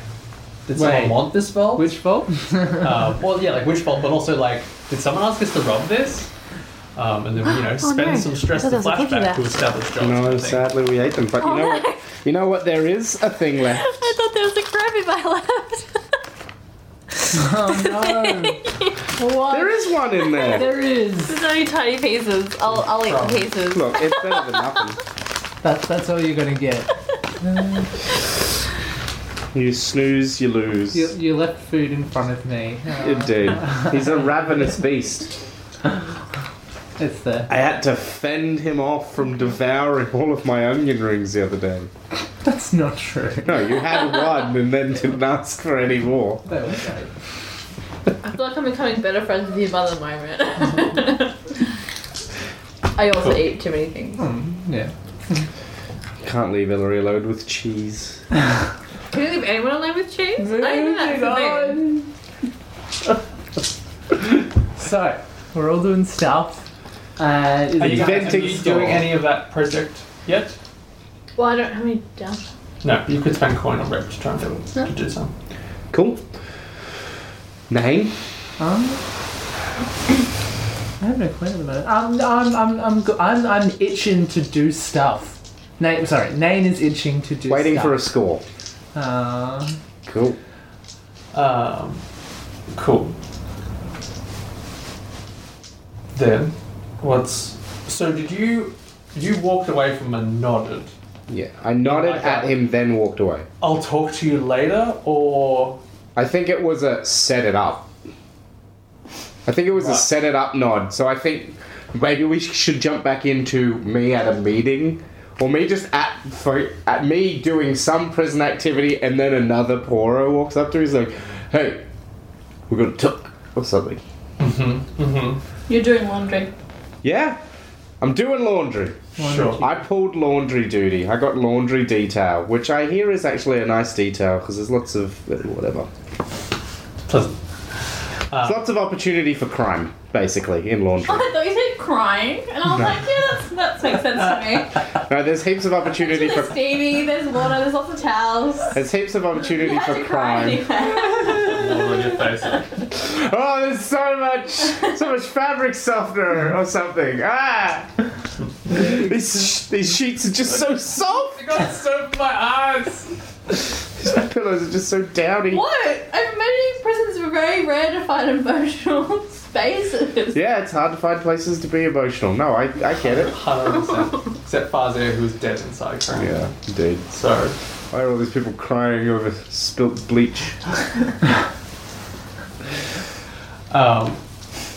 did someone
Wait.
want this vault?
Which vault?
uh, well, yeah, like which vault, but also like, did someone ask us to rob this? Um, and then we, you know,
Oh,
spend
no.
some stress
I
in
thought that was a
flashback
piggyback.
to establish jobs.
No,
I think.
sadly we ate them. But you
Oh,
know
no.
what? You know what? There is a thing left.
I thought there was a crab if I left.
oh no.
what?
There is one in there.
There is.
There's only tiny pieces. I'll, I'll eat the pieces.
Look, it's better than nothing.
That's that's all you're gonna get.
You snooze, you lose.
You, you left food in front of me. Uh,
Indeed. He's a ravenous beast.
Oh, it's there.
I had to fend him off from devouring all of my onion rings the other day.
That's not true.
No, you had one and then didn't ask for any more.
There we go.
I feel like I'm becoming better friends with your mother at the moment. I also eat too many things.
Hmm, yeah.
Can't leave Hillary alone with cheese.
Can you leave anyone alone with cheese? I think that's the thing.
So we're all doing stuff. Uh, is
Are
it
you,
done?
are
Inventing
you
store.
doing any of that project yet?
Well, I don't have any doubts.
No, you could spend coin on Rep to try and do, to do some.
Cool. Name?
Um, I have no clue at the moment. I'm, I'm, I'm, I'm, go- I'm, I'm itching to do stuff. Nate, sorry, Nane is itching to do.
Waiting for a
stuff.
score.
for a. Uh,
Cool.
Um, cool. Then, what's so? Did you you walked away from and nodded?
Yeah, I nodded
Like
at
that.
him, then walked away.
I'll talk to you later, or
I think it was a set it up. I think it was a
Right.
set it up nod. So I think maybe we sh- should jump back into me at a meeting, or me just at for, at me doing some prison activity, and then another poro walks up to me. He's like, "Hey, we're gonna talk or something."
You're doing laundry.
Yeah, I'm doing laundry.
sure.
I pulled laundry duty. I got laundry detail, which I hear is actually a nice detail because there's lots of whatever.
Pleasant.
There's lots of opportunity for crime, basically, in laundry.
Oh, I thought you said crying, and I was like, yeah, that's, that makes sense to me.
No, there's heaps of opportunity for
There's Stevie, there's water, there's lots of towels.
there's heaps of opportunity
You had
for
to cry
crime.
anyway.
All on your face.
Oh, there's so much, so much fabric softener or something. Ah, these sh- these sheets are just so soft.
I got soap in my eyes.
These pillows are just so downy.
what? I imagine prisons were very rare to find emotional spaces.
Yeah, it's hard to find places to be emotional. No, I I get it.
Hundred percent. Except Fazio, who's dead inside. Currently.
Yeah, indeed.
So
Why are all these people crying over spilt bleach?
Um,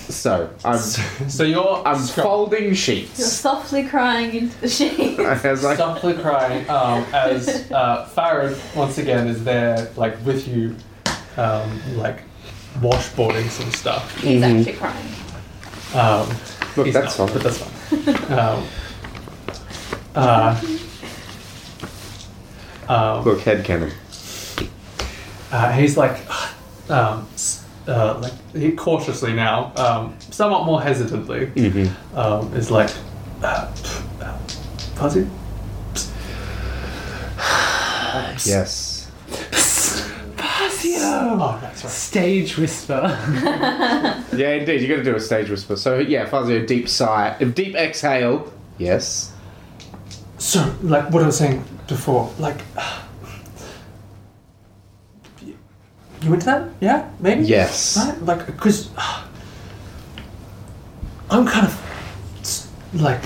So I'm
so you're
I'm
scr-
folding
You're
sheets
softly crying into the sheets.
as I
softly crying um, as uh, Farad once again is there, like with you, um, like washboarding some stuff.
Mm-hmm.
He's actually crying.
Um,
look.
he's
That's
not,
fine.
but that's fine. Um, uh, um,
Look, head cannon.
uh, he's like, um, s- uh, like he cautiously now, um, somewhat more hesitantly,
Mm-hmm.
um, is like, uh, uh, fuzzy.
Yes.
Oh, that's right.
stage whisper.
Yeah, indeed. You got to do a stage whisper. So yeah, Fazio, deep sigh, a deep exhale. Yes.
So, like what I was saying before, like. You into that? Yeah, maybe?
Yes.
Right? Like, because. I'm kind of. s- Like.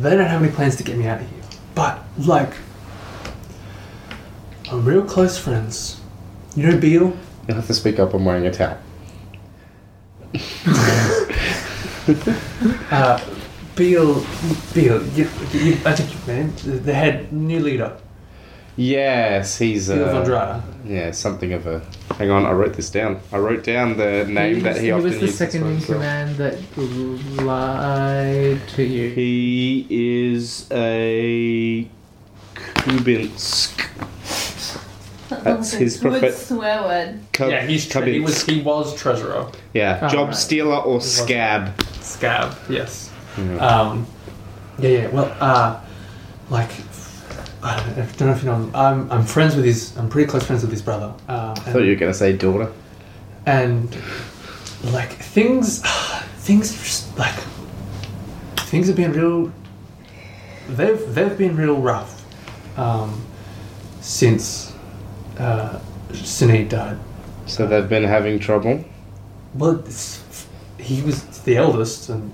They don't have any plans to get me out of here. But, like. I'm real close friends. You know Beale?
You have to speak up. I'm wearing a towel.
Uh, Beale. Beale, you, you, I think you've met him. The, the head, new leader.
Yes, he's
Beale
uh,
Vondrada.
yeah, something of a. Hang on, I wrote this down. I wrote down the name that he, often
was the
uses for
second in
himself.
command that lied to you.
He is a Kubinsk.
What? what
That's
was it?
his
Good
prophet-
swear word.
Cub,
yeah, he's tre-
cubbins.
he was he was treasurer.
yeah,
Oh,
job
right.
stealer or scab.
Scab, yes. Um, yeah, yeah. Well, uh, like, I don't know, I don't know if you know. him. I'm, I'm friends with his. I'm pretty close friends with his brother. Uh,
I
and,
thought you were gonna say daughter.
and like things, things are just, like things have been real. They've they've been real rough um, since uh, Sinead died.
So they've been having trouble.
Well, it's, he was the eldest, and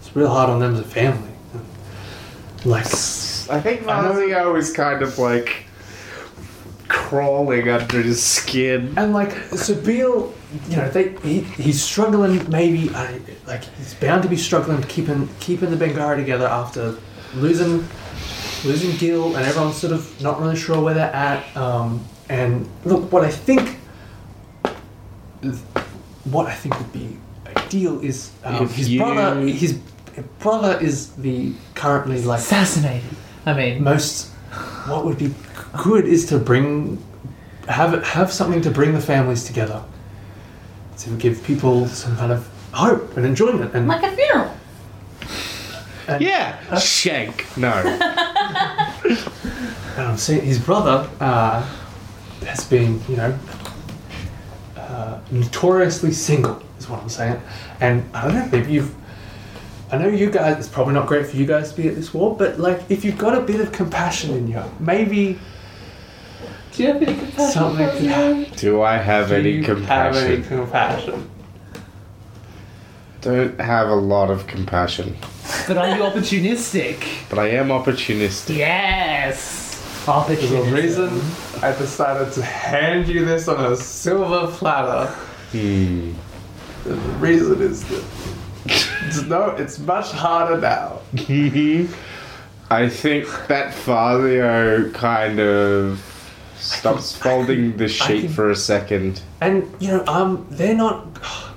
it's real hard on them as a family. Like,
I think
I know-
Marzio was kind of like crawling under his skin.
and like, so Beale, you know, they he, he's struggling. Maybe I like he's bound to be struggling keeping keeping the Bengara together after losing losing Gil, and everyone's sort of not really sure where they're at. Um, and look, what I think, what I think would be ideal is um,
If
his
you-
brother. His brother is the currently like
Assassinated. I mean,
most what would be good is to bring have have something to bring the families together to give people some kind of hope and enjoyment and
Like a funeral.
and,
Yeah, shank. No,
and I'm saying his brother uh, has been you know uh, notoriously single is what I'm saying and I don't know maybe you've I know you guys it's probably not great for you guys to be at this war but like if you've got a bit of compassion in you maybe
do you have any compassion?
something
for
could
us?
happen
do I have
Do
any
you
compassion?
have any compassion
Don't have a lot of compassion,
But are you opportunistic?
but I am opportunistic.
Yes.
The
Opportunism.
reason I decided to hand you this on a silver platter,
Hmm.
the reason is that it's no, it's much harder now.
I think that Fazio kind of stops folding the sheet
can-
for a second.
And you know, um, they're not.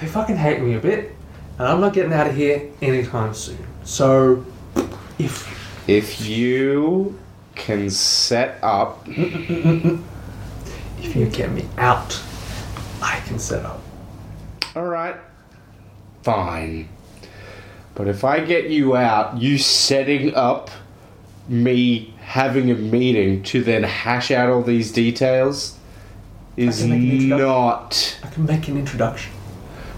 They fucking hate me a bit, and I'm not getting out of here anytime soon. So, if
If you can set up,
if you get me out, I can set up.
all right, fine. But if I get you out, you setting up me having a meeting to then hash out all these details is
can make an introduction.
not.
I can make an introduction.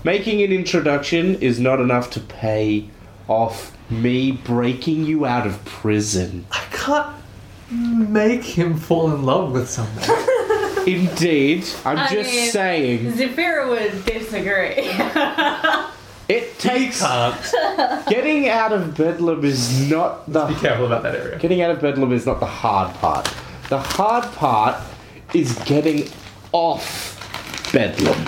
Making an introduction is not enough to pay off me breaking you out of prison.
I can't make him fall in love with someone.
Indeed, I'm
I
just
mean-
saying
Zafira would disagree.
it takes
Can't.
getting out of bedlam is not
Be
the
careful about that area.
getting out of bedlam is not the hard part. The hard part is getting off bedlam.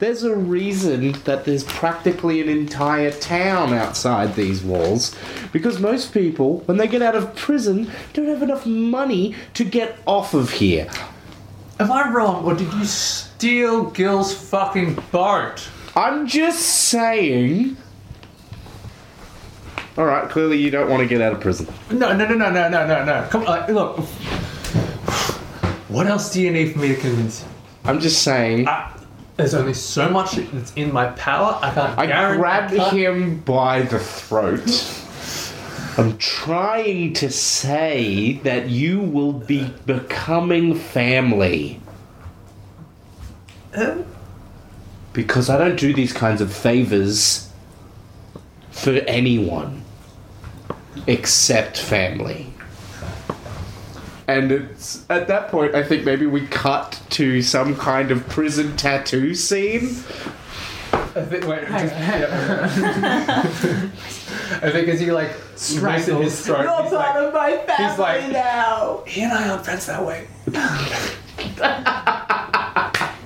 There's a reason that there's practically an entire town outside these walls because most people, when they get out of prison, don't have enough money to get off of here.
Am I wrong, or did you steal Gil's fucking boat?
I'm just saying. Alright, clearly you don't want to get out of prison.
No, no, no, no, no, no, no, no. Come on, look. What else do you need for me to convince you?
I'm just saying.
I, there's only so much that's in my power. I can't.
I
guarantee-
grabbed
can't-
him by the throat. I'm trying to say that you will be becoming family.
Um,
Because I don't do these kinds of favors for anyone except family. And it's at that point I think maybe we cut to some kind of prison tattoo scene.
I think. Wait. just- yeah. I think as he like strikes at his throat, he's like,
of my family
he's like-
now.
he and I aren't friends that way.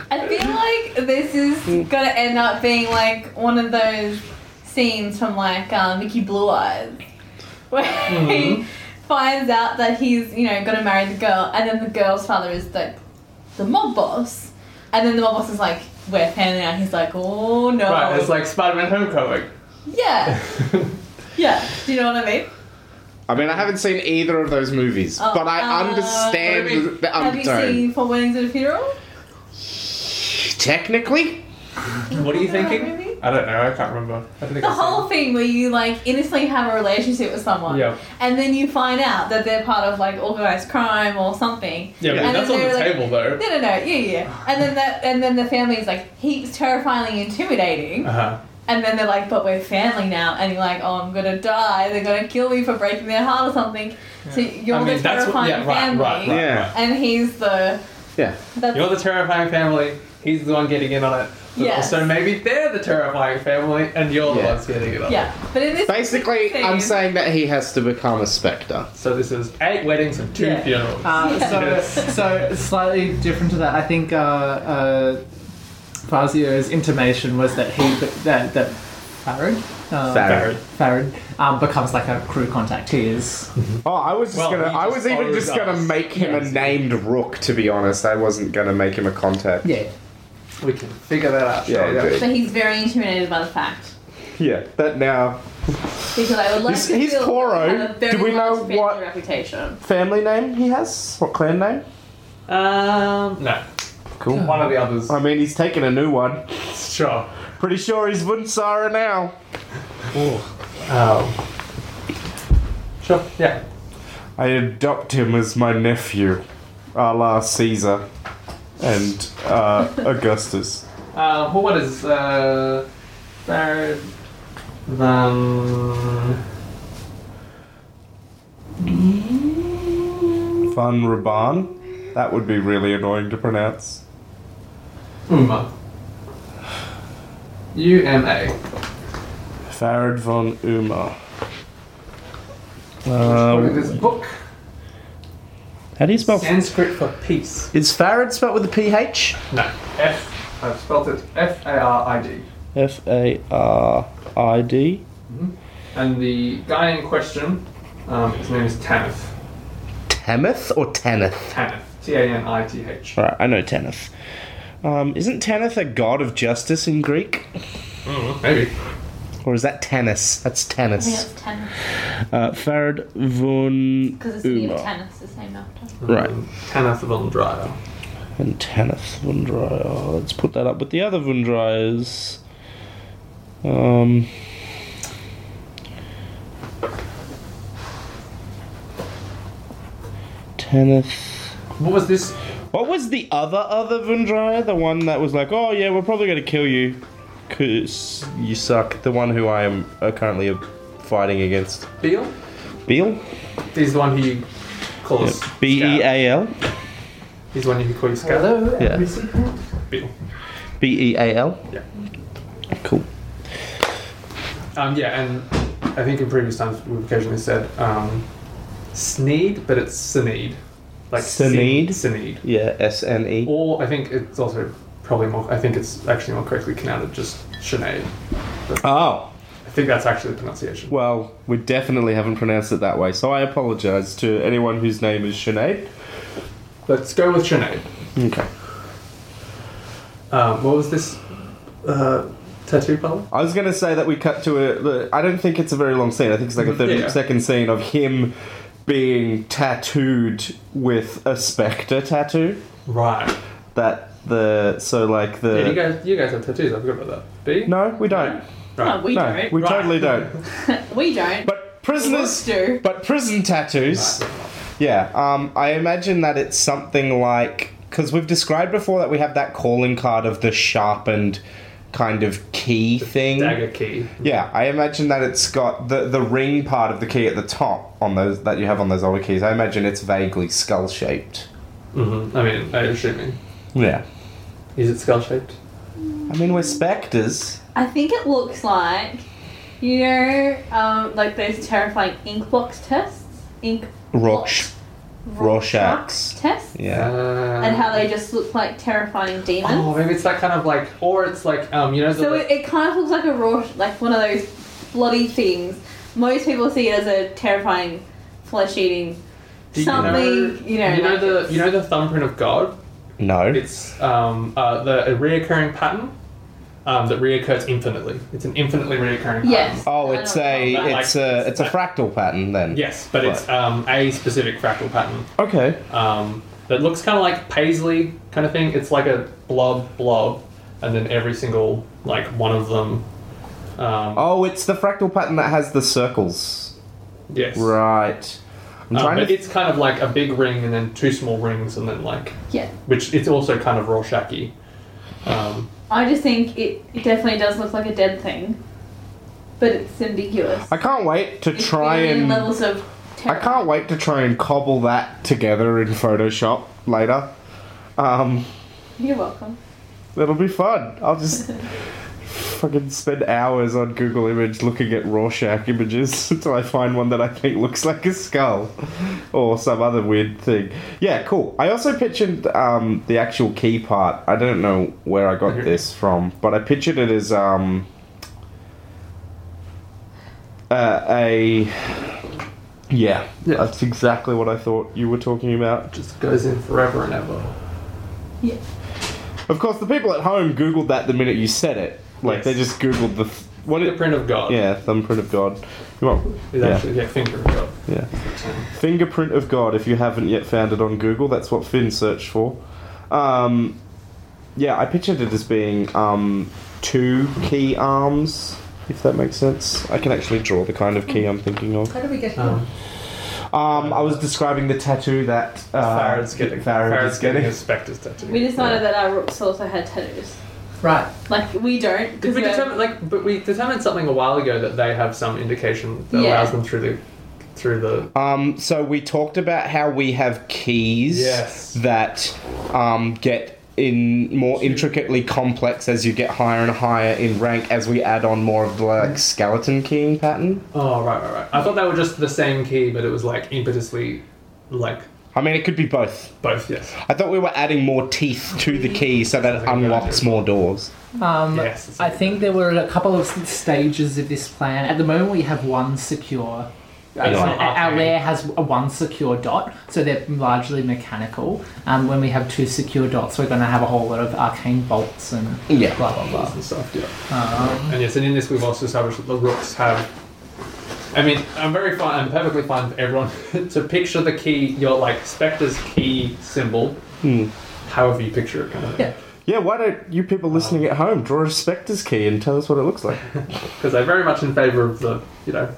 I feel like this
Hmm.
is gonna end up being like one of those scenes from like um, Mickey Blue Eyes, where
Hmm.
he finds out that he's you know gonna marry the girl, and then the girl's father is the the mob boss, and then the mob boss is like we're family, and he's like oh no,
Right. It's like Spider-Man: Homecoming.
yeah, yeah. Do you know what I mean?
I mean, I haven't seen either of those movies,
Oh,
but I
uh,
understand
what do you
the,
mean?
the
Have you
undertone.
seen Four Weddings and a Funeral?
Technically,
What are you
That
thinking?
movie?
I don't know. I can't remember. I don't think
The
I've seen
whole
it.
thing where you like innocently have a relationship with someone,
Yeah.
and then you find out that they're part of like organized crime or something.
Yeah, but
And then
that's on the
they're like-
table though.
No, no, no, yeah, yeah. And then that, and then the family is like heaps terrifyingly intimidating.
Uh huh.
And then they're like, but we're family now. And you're like, oh, I'm gonna die. They're gonna kill me for breaking their heart or something. So you're
I mean,
the
that's what,
terrifying
yeah, right,
family.
right, right,
Yeah.
right.
And he's the.
yeah.
That's,
You're the terrifying family. He's the one getting in on it. So-
Yes.
So maybe they're the terrifying family, and you're
Yeah.
the ones getting in on it.
yeah. But in this.
Basically, I'm
thing-
saying that he has to become a specter.
So this is eight weddings and two
Yeah.
funerals.
Uh, so,
Yes.
so slightly different to that. I think uh, uh, Fazio's intimation was that he that that Farad uh,
Farad.
Farad, um, becomes like a crew contact. He is.
Oh, I was just
Well,
gonna.
he
I
just
was even
owes
just gonna
us.
make him a
Yes.
named rook. To be honest, I wasn't gonna make him a contact.
Yeah.
We can figure that out.
Yeah,
shall we?
indeed.
So he's very intimidated by the fact.
Yeah, but now
Because I would like
He's-
to
he's
feel
Koro.
I have a very
Do we know
large family
what-
reputation?
family name he has. What clan name?
Um, no.
Cool.
One of the others.
I mean, he's taken a new one.
Sure.
Pretty sure he's Vunsara now.
Um, sure. Yeah.
I adopt him as my nephew, a la Caesar and uh, Augustus.
Uh, well, what is uh, third than
Fun Raban? That would be really annoying to pronounce.
Uma? U M A.
Farad von Umar.
Look at
Um,
this book.
how do you spell?
Sanskrit for peace.
Is Farad spelled with a PH?
No. F. I've spelt it F A R I D.
F A R I D.
And the guy in question, um, his name is Tanith.
Tamith or Tanith?
Tanith. T A N I T H.
Alright, I know Tanith. Um, isn't Tanith a god of justice in Greek?
Mm, Maybe.
Or is that Tanis? That's
I think
Tanis.
it's tennis.
Uh, Farad von
Because it's the
Umar.
tennis the same after.
Right.
Tanith von Dryer.
And Tanith Vundryer. Let's put that up with the other Vundryers. Um. Tanith.
What was this?
What was the other other Vundrya? The one that was like, oh yeah, we're probably gonna kill you, cause you suck. The one who I am uh, currently fighting against.
Beal?
Beal.
He's the one who you calls.
B e a l.
Scout. He's the one who you call you Scout.
Hello.
Yeah.
every secret.
Beal.
B e a l.
Yeah.
Cool.
Um, yeah, and I think in previous times we've occasionally said um, Sneed, but it's Sneed. Like
Sneed?
Sneed.
Yeah. S n e.
Or I think it's also probably more, I think it's actually more correctly counted just Sinead.
Oh.
I think that's actually the pronunciation.
Well, we definitely haven't pronounced it that way, so I apologise to anyone whose name is Sinead.
Let's go with Sinead.
Okay.
Um, what was this uh, tattoo parlor?
I was going to say that we cut to a. I don't think it's a very long scene. I think it's like a
Yeah.
thirty-second scene of him being tattooed with a spectre tattoo.
Right.
That the. So, like the.
yeah, you guys, you guys have tattoos. I forgot about that. B.
No, we don't.
No, we
no,
don't.
we
Right.
totally don't.
We don't.
But
The
prisoners.
Orcs do.
But prison tattoos. Yeah, um, I imagine that it's something like because we've described before that we have that calling card of the sharpened kind of key thing.
Dagger key.
Yeah, I imagine that it's got the the ring part of the key at the top on those that you have on those older keys. I imagine it's vaguely skull shaped.
hmm I mean, I assuming.
Yeah,
Is it skull shaped?
I mean we're specters.
I think it looks like, you know, um, like those terrifying ink box tests? Ink
Rosh. Rorschachs.
tests?
Yeah.
And how they just look like terrifying demons.
Uh, Oh, maybe it's that kind of like, or it's like, um, you know, the,
So it, it kind of looks like a raw, like one of those bloody things. Most people see it as a terrifying, flesh-eating
do you
something.
know,
you know,
you know
like
the,
it's-
you know the thumbprint of God.
No.
It's um, uh, the a reoccurring pattern um, that reoccurs infinitely. It's an infinitely reoccurring pattern.
Yes.
Oh,
I
it's
know.
a
That, like,
it's a it's a fractal pattern then.
Yes, but it's um, a specific fractal pattern
Okay.
um, that looks kind of like paisley kind of thing. It's like a blob blob, and then every single like one of them. Um,
Oh, it's the fractal pattern that has the circles.
yes.
Right. I'm
Um,
trying
but
to.
it's kind of like a big ring and then two small rings and then like
Yeah.
which it's also kind of Rorschachy. Um,
I just think it, it definitely does look like a dead thing, but it's ambiguous.
I can't wait to
It's
try
varying
and.
levels of.
I
Terror.
can't wait to try and cobble that together in Photoshop later. Um,
You're welcome.
that'll be fun. I'll just fucking spend hours on Google Image looking at Rorschach images until I find one that I think looks like a skull or some other weird thing. Yeah, cool. I also pictured um, the actual key part. I don't know where I got
Okay.
this from, but I pictured it as um, uh, a. Yeah,
Yeah.
that's exactly what I thought you were talking about.
just goes in forever and ever.
Yeah.
Of course, the people at home googled that the minute you said it. Like
Yes.
they just googled the th- what it.
Fingerprint of God.
Yeah, thumbprint of God. You want-
Is
yeah,
actually yeah, finger of God.
yeah. Fingerprint of God. If you haven't yet found it on Google, that's what Finn searched for. Um, yeah, I pictured it as being um, two key arms. If that makes sense, I can actually draw the kind of key I'm thinking of.
How do we get here?
Um,
Um, I was describing the tattoo that uh,
Farad's getting
Farad
Farad's
is getting.
a Spectre's tattoo.
We decided that our rooks also had tattoos.
Right.
Like we don't
Did
because
we
we're-
determine like but we determined something a while ago that they have some indication that
Yeah.
allows them through the through the
Um, so we talked about how we have keys
Yes.
that um, get in more intricately complex as you get higher and higher in rank as we add on more of the like skeleton keying pattern.
Oh right right right. I thought they were just the same key but it was like impetuously like
I mean, it could be both.
both, yes.
I thought we were adding more teeth to the key so that it unlocks more doors.
Um,
Yes.
I think there were a couple of stages of this plan. At the moment, we have one secure.
It's not
Our
arcane.
layer has a one secure dot, so they're largely mechanical. Um, when we have two secure dots, we're going to have a whole lot of arcane bolts and
Yeah.
blah blah blah.
and stuff, yeah.
Um,
And yes, and in this we've also established that the rooks have I mean, I'm very fine I'm perfectly fine for everyone to picture the key your like Spectre's key symbol.
Hmm.
However you picture it kind of
yeah.
Yeah, why don't you people listening at home draw a Spectre's key and tell us what it looks like?
Because they're very much in favour of the, you know,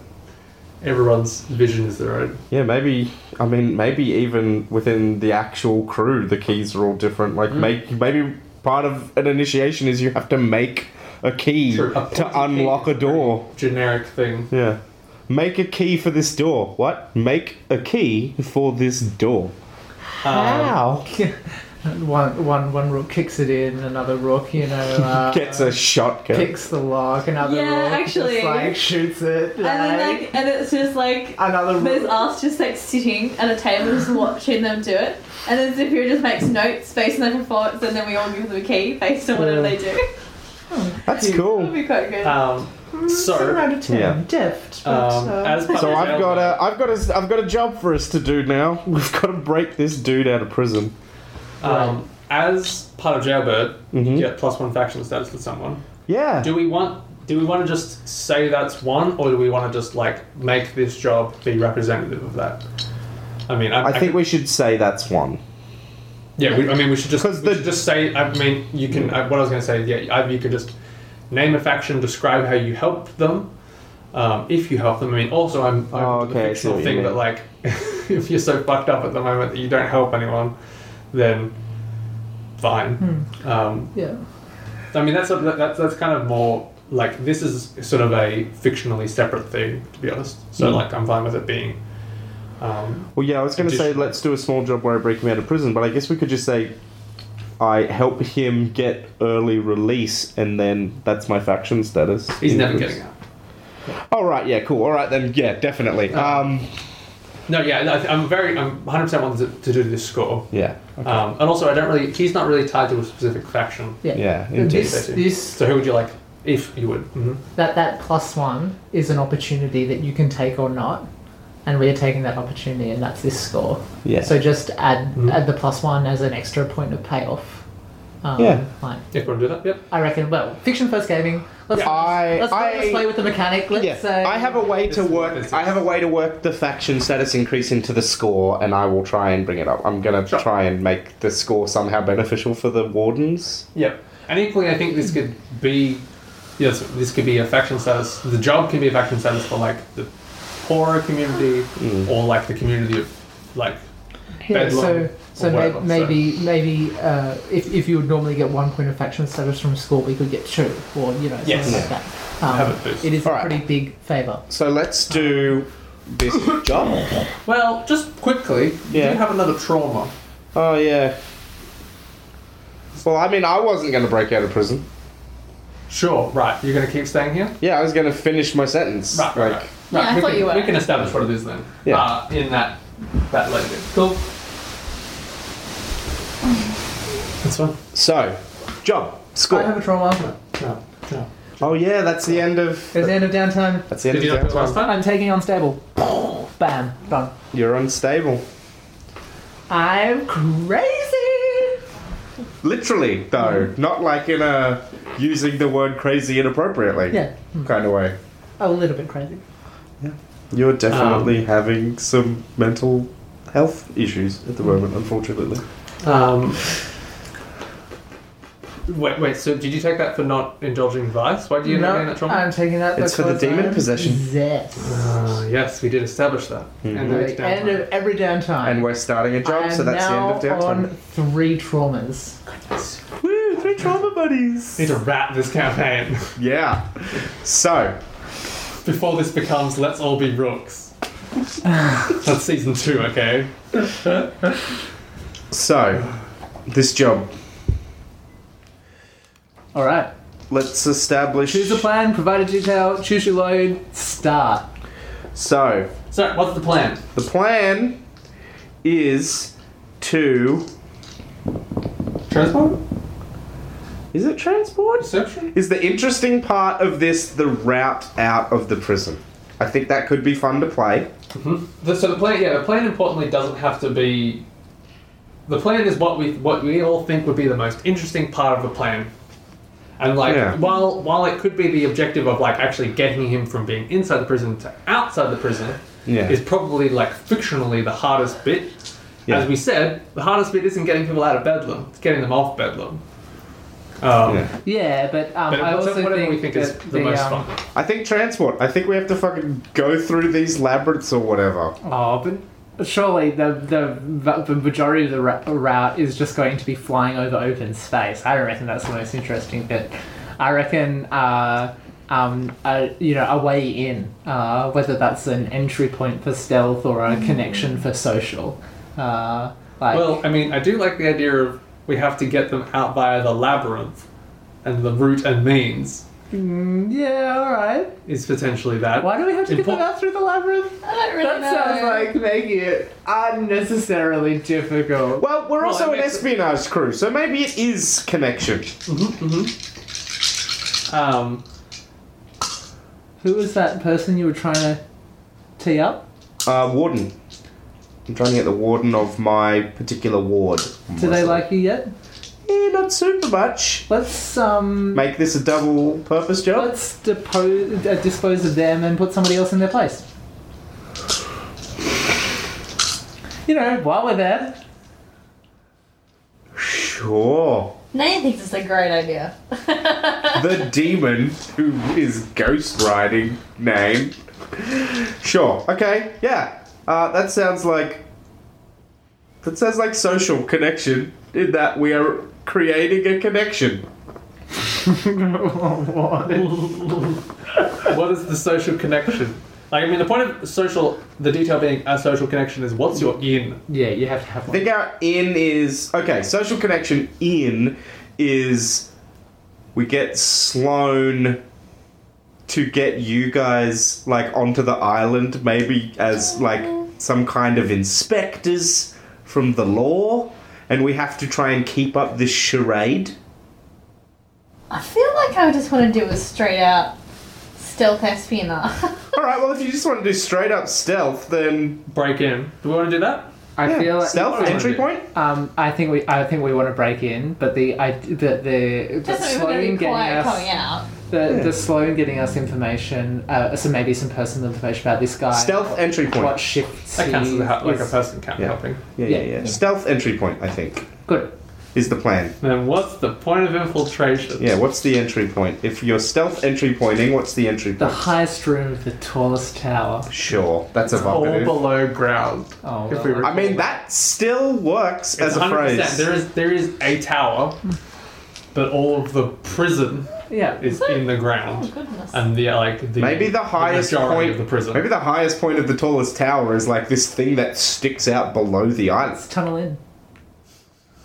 everyone's vision is their own.
Yeah, maybe. I mean, maybe even within the actual crew, the keys are all different.
Hmm.
Like, make maybe part of an initiation is you have to make a key
True. A pointed
to unlock
key.
a door.
Generic thing.
Yeah, make a key for this door. What? Make a key for this door.
Um,
How?
One, one, one rook kicks it in, another rook, you know, uh,
Gets a shotgun.
picks the lock, another
Yeah,
rook
actually.
just like shoots it.
and then
like,
like and it's just like
another
there's
rook.
us just like sitting at a table just watching them do it. And then Zephyr just makes notes based on their performance and then we all give them a key based on whatever they do.
That's
That'll
cool.
be quite good.
um,
Seven
so,
out of ten,
Yeah.
deft. But,
um,
uh,
as part
So
of
I've got
Zelda,
a, I've got a, I've got a job for us to do now. We've got to break this dude out of prison.
Um, as part of Jailbird,
Mhm.
you get plus one faction status with someone.
Yeah.
Do we want? Do we want to just say that's one, or do we want to just like make this job be representative of that? I mean, I,
I think
could-
we should say that's one.
Yeah, we, I mean, we should just
'Cause
we
the-
should just say. I mean, you can. I, what I was going to say, yeah, I, you could just name a faction, describe how you help them, um, if you help them. I mean, also, I'm, I'm
Oh, okay, I see
the fictional
what you
thing, but
mean.
like, if you're so fucked up at the moment that you don't help anyone, then fine. Um,
yeah.
I mean, that's a, that, that's that's kind of more like this is sort of a fictionally separate thing, to be honest. So
Mm.
like, I'm fine with it being. Um,
Well, yeah, I was going to say
Additionally.
let's do a small job where I break him out of prison, but I guess we could just say I help him get early release, and then that's my faction status.
he's never getting out.
All right, yeah, cool. All right, then, yeah, definitely.
Ah.
Um,
No, yeah, no, I th- I'm very, I'm 100% wanting to, to do this score.
yeah,
Um, and also, I don't really. He's not really tied to a specific faction.
Yeah.
yeah,
And
indeed.
This, this,
So who would you like, if you would? Mm-hmm.
that, that plus one is an opportunity that you can take or not, and we are taking that opportunity, and that's this score.
Yeah.
So just add
Mhm.
add the plus one as an extra point of payoff. Um,
Yeah.
Like,
If you want to do that, yep.
I reckon. Well, fiction first gaming. Let's
I-
let's,
I-
let's play with the mechanic. Let's uh,
Yeah,
say
I have a way
This
to
is-
work.
this
I have a
is-
way to work the faction status increase into the score, and I will try and bring it up. I'm gonna
Sure.
try and make the score somehow beneficial for the wardens.
Yep. And equally, I think this could be, yes, this could be a faction status. The job can be a faction status for like the poorer community or like the community of like
Yeah,
Bedlam
so so
or
may-
whatever, so-
maybe maybe uh, if, if you would normally get one point of faction status from score, we could get two, or you know, something
Yes.
like that. Um,
Have it boost.
It is
All right.
a pretty big favour.
So let's do this job.
Well, just quickly,
Yeah.
do you have another trauma?
Oh yeah. Well, I mean, I wasn't gonna break out of prison.
Sure, right. You're going to keep staying here?
Yeah, I was gonna finish my sentence.
Right, right.
like,
right. right.
Yeah, I
we
thought
can,
you were.
We can establish what it is then.
Yeah.
Uh, in that that later. Cool. That's fine.
So,
I
job,
have
score.
a trauma.
No, no.
Oh yeah, that's the end of.
It's the end of downtime.
That's the end
Did you
of
not do it last
downtime.
time?
I'm taking unstable. Bam, done.
You're unstable.
I'm crazy.
Literally, though, not like in a using the word crazy inappropriately
Yeah,
kind of way.
a little bit crazy.
You're definitely having some mental health issues at the moment, unfortunately.
Um, wait, wait. So did you take that for not indulging vice? Why do you not gain that trauma?
I'm taking that.
It's for the
because
demon
I'm
possession.
Possessed.
Uh, yes, we did establish that. And then it's
Like, end
downtime.
of every downtime.
And we're starting a job,
I
so
am
that's the end of
now
downtime.
on three traumas.
Woo! Three trauma
Need
buddies.
to wrap this campaign
Yeah. So
before this becomes "Let's all be rooks." That's season two, okay?
so this job.
All right.
Let's establish.
Choose a plan, provide a detail, choose your load, start.
So
So, what's the plan?
the plan is to.
Transport?
Is it transport?
Perception?
Is the interesting part of this the route out of the prison? I think that could be fun to play.
The, so the plan, yeah, the plan importantly doesn't have to be. The plan is what we what we all think would be the most interesting part of the plan, and like
Yeah.
while while it could be the objective of like actually getting him from being inside the prison to outside the prison,
Yeah.
is probably like fictionally the hardest bit.
Yeah.
As we said, the hardest bit isn't getting people out of Bedlam; it's getting them off Bedlam. Um,
Yeah.
Yeah, but, um,
But
I also
whatever
think
we think is
that
the, most
um,
fun.
I think transport. I think we have to fucking go through these labyrinths or whatever.
Oh, but surely the, the the- the majority of the ra- route is just going to be flying over open space. I don't reckon that's the most interesting bit. I reckon, uh, um, a, you know, a way in, uh, whether that's an entry point for stealth or a connection for social. Uh, like,
Well, I mean, I do like the idea of we have to get them out via the labyrinth, and the route and means
yeah, all right.
is potentially that.
Why do we have to get
Impor-
them out through the labyrinth?
I don't really
That
know.
sounds like making it unnecessarily difficult.
Well, we're
Well,
also
it
an
makes-
espionage crew, so maybe it is connection.
Um,
Who was that person you were trying to tee up?
Uh, warden. I'm trying to get the warden of my particular ward.
Do they like you yet?
Eh, not super much.
Let's um.
Make this a double-purpose job.
Let's depose, uh, dispose of them and put somebody else in their place. You know, while we're there,
Sure.
Nate thinks it's a great idea.
The demon who is ghost riding name. Sure. Okay. Yeah. Uh, that sounds like. That sounds like social connection. In that we are creating a connection.
what is the social connection? Like, I mean, the point of social, the detail being a social connection is what's your in.
yeah, you have to have
I
one.
think our in is okay. Social connection in is we get Sloane to get you guys like onto the island, maybe as like some kind of inspectors from the law, and we have to try and keep up this charade.
I feel like I just want to do a straight out stealth espionage.
All right. Well, if you just want to do straight up stealth, then
Break in. Do we want to do that?
I
Yeah.
feel like
Stealth
Alright.
entry point.
Um, I think we, I think we want to break in, but the, I, the, the, the
Just that we were
Sloan
going to be
getting
quiet
us,
coming out.
the,
Yeah.
the Sloan getting us information, uh, so maybe some personal information about this guy.
Stealth entry point.
What shifts
That counts as
he
a, ha- like a
is-
person count
Yeah.
helping.
Yeah, yeah,
Yeah.
yeah. Stealth entry point. I think
Good.
is the plan.
Then what's the point of infiltration?
Yeah. What's the entry point? If you're stealth entry pointing, what's the entry
The
point?
highest room of the tallest tower.
Sure, that's
It's all
evocative.
below ground.
Oh,
If
well,
we were-
I mean, that still works
It's
as a
100%.
phrase.
There is there is a tower, but all of the prison
yeah.
is in the
Oh,
ground,
Oh, Goodness.
and the uh, like the
Maybe the
the
highest
majority
point
of the prison.
Maybe the highest point of the tallest tower is like this thing that sticks out below the island.
Let's tunnel in.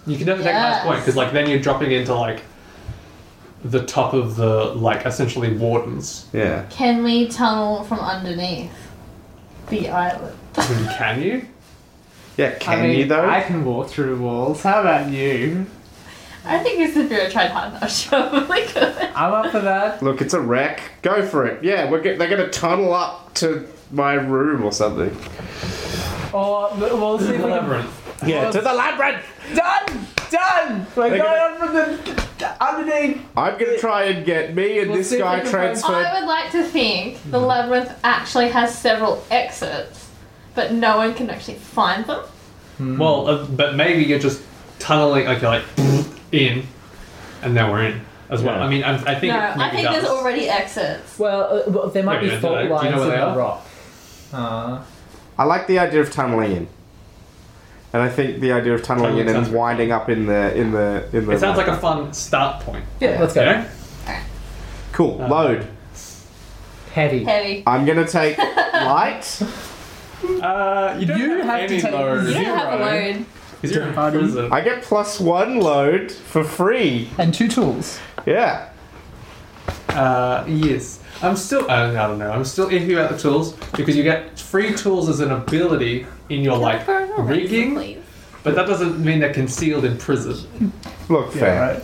you can never take the highest
Yes.
point because like then you're dropping into like the top of the like essentially wardens.
Yeah.
Can we tunnel from underneath the island?
And Can you?
Yeah. Can
I mean,
you though?
I can walk through walls. How about you?
I think this is very tried hard enough. Probably could.
I'm up for that.
Look, it's a wreck. Go for it. Yeah, we're get, they're gonna tunnel up to my room or something.
Or we'll see if we can
Labyrinth.
Yeah, to the labyrinth.
Done! Done! We're
They're
going
gonna-
up from the the underneath.
I'm gonna try and get me and
We'll
this
see if
guy
we can find- Oh,
transferred.
I would like to think
Mm-hmm.
the labyrinth actually has several exits, but no one can actually find them.
Hmm.
Well, uh, but maybe you're just tunneling. Like you're like in, and now we're in as well.
Yeah.
I mean, I, I think
no,
it
I
maybe
think
does.
there's already exits.
Well, uh, well, there might
Wait a
be
minute,
fault
do you know
lines
where
in
they
the
are?
rock. Uh,
I like the idea of tunneling in. And I think the idea of tunneling
Tunneling
in and
sounds-
winding up in the in the in the.
It sounds like a fun start point.
yeah, let's
You
go.
know?
cool
Uh,
load.
Heavy.
Heavy.
I'm gonna take light.
Uh, you don't
You
have,
have to
any
take
load.
You don't have a
Zero.
load.
Is your
Pardon?
prison?
I get plus one load for free.
And two tools.
Yeah.
Uh, yes. I'm still. uh, I don't, I don't know. I'm still iffy about the tools because you get free tools as an ability in your like
Can I borrow a razor,
rigging,
please?
but that doesn't mean they're concealed in prison.
Look, fair.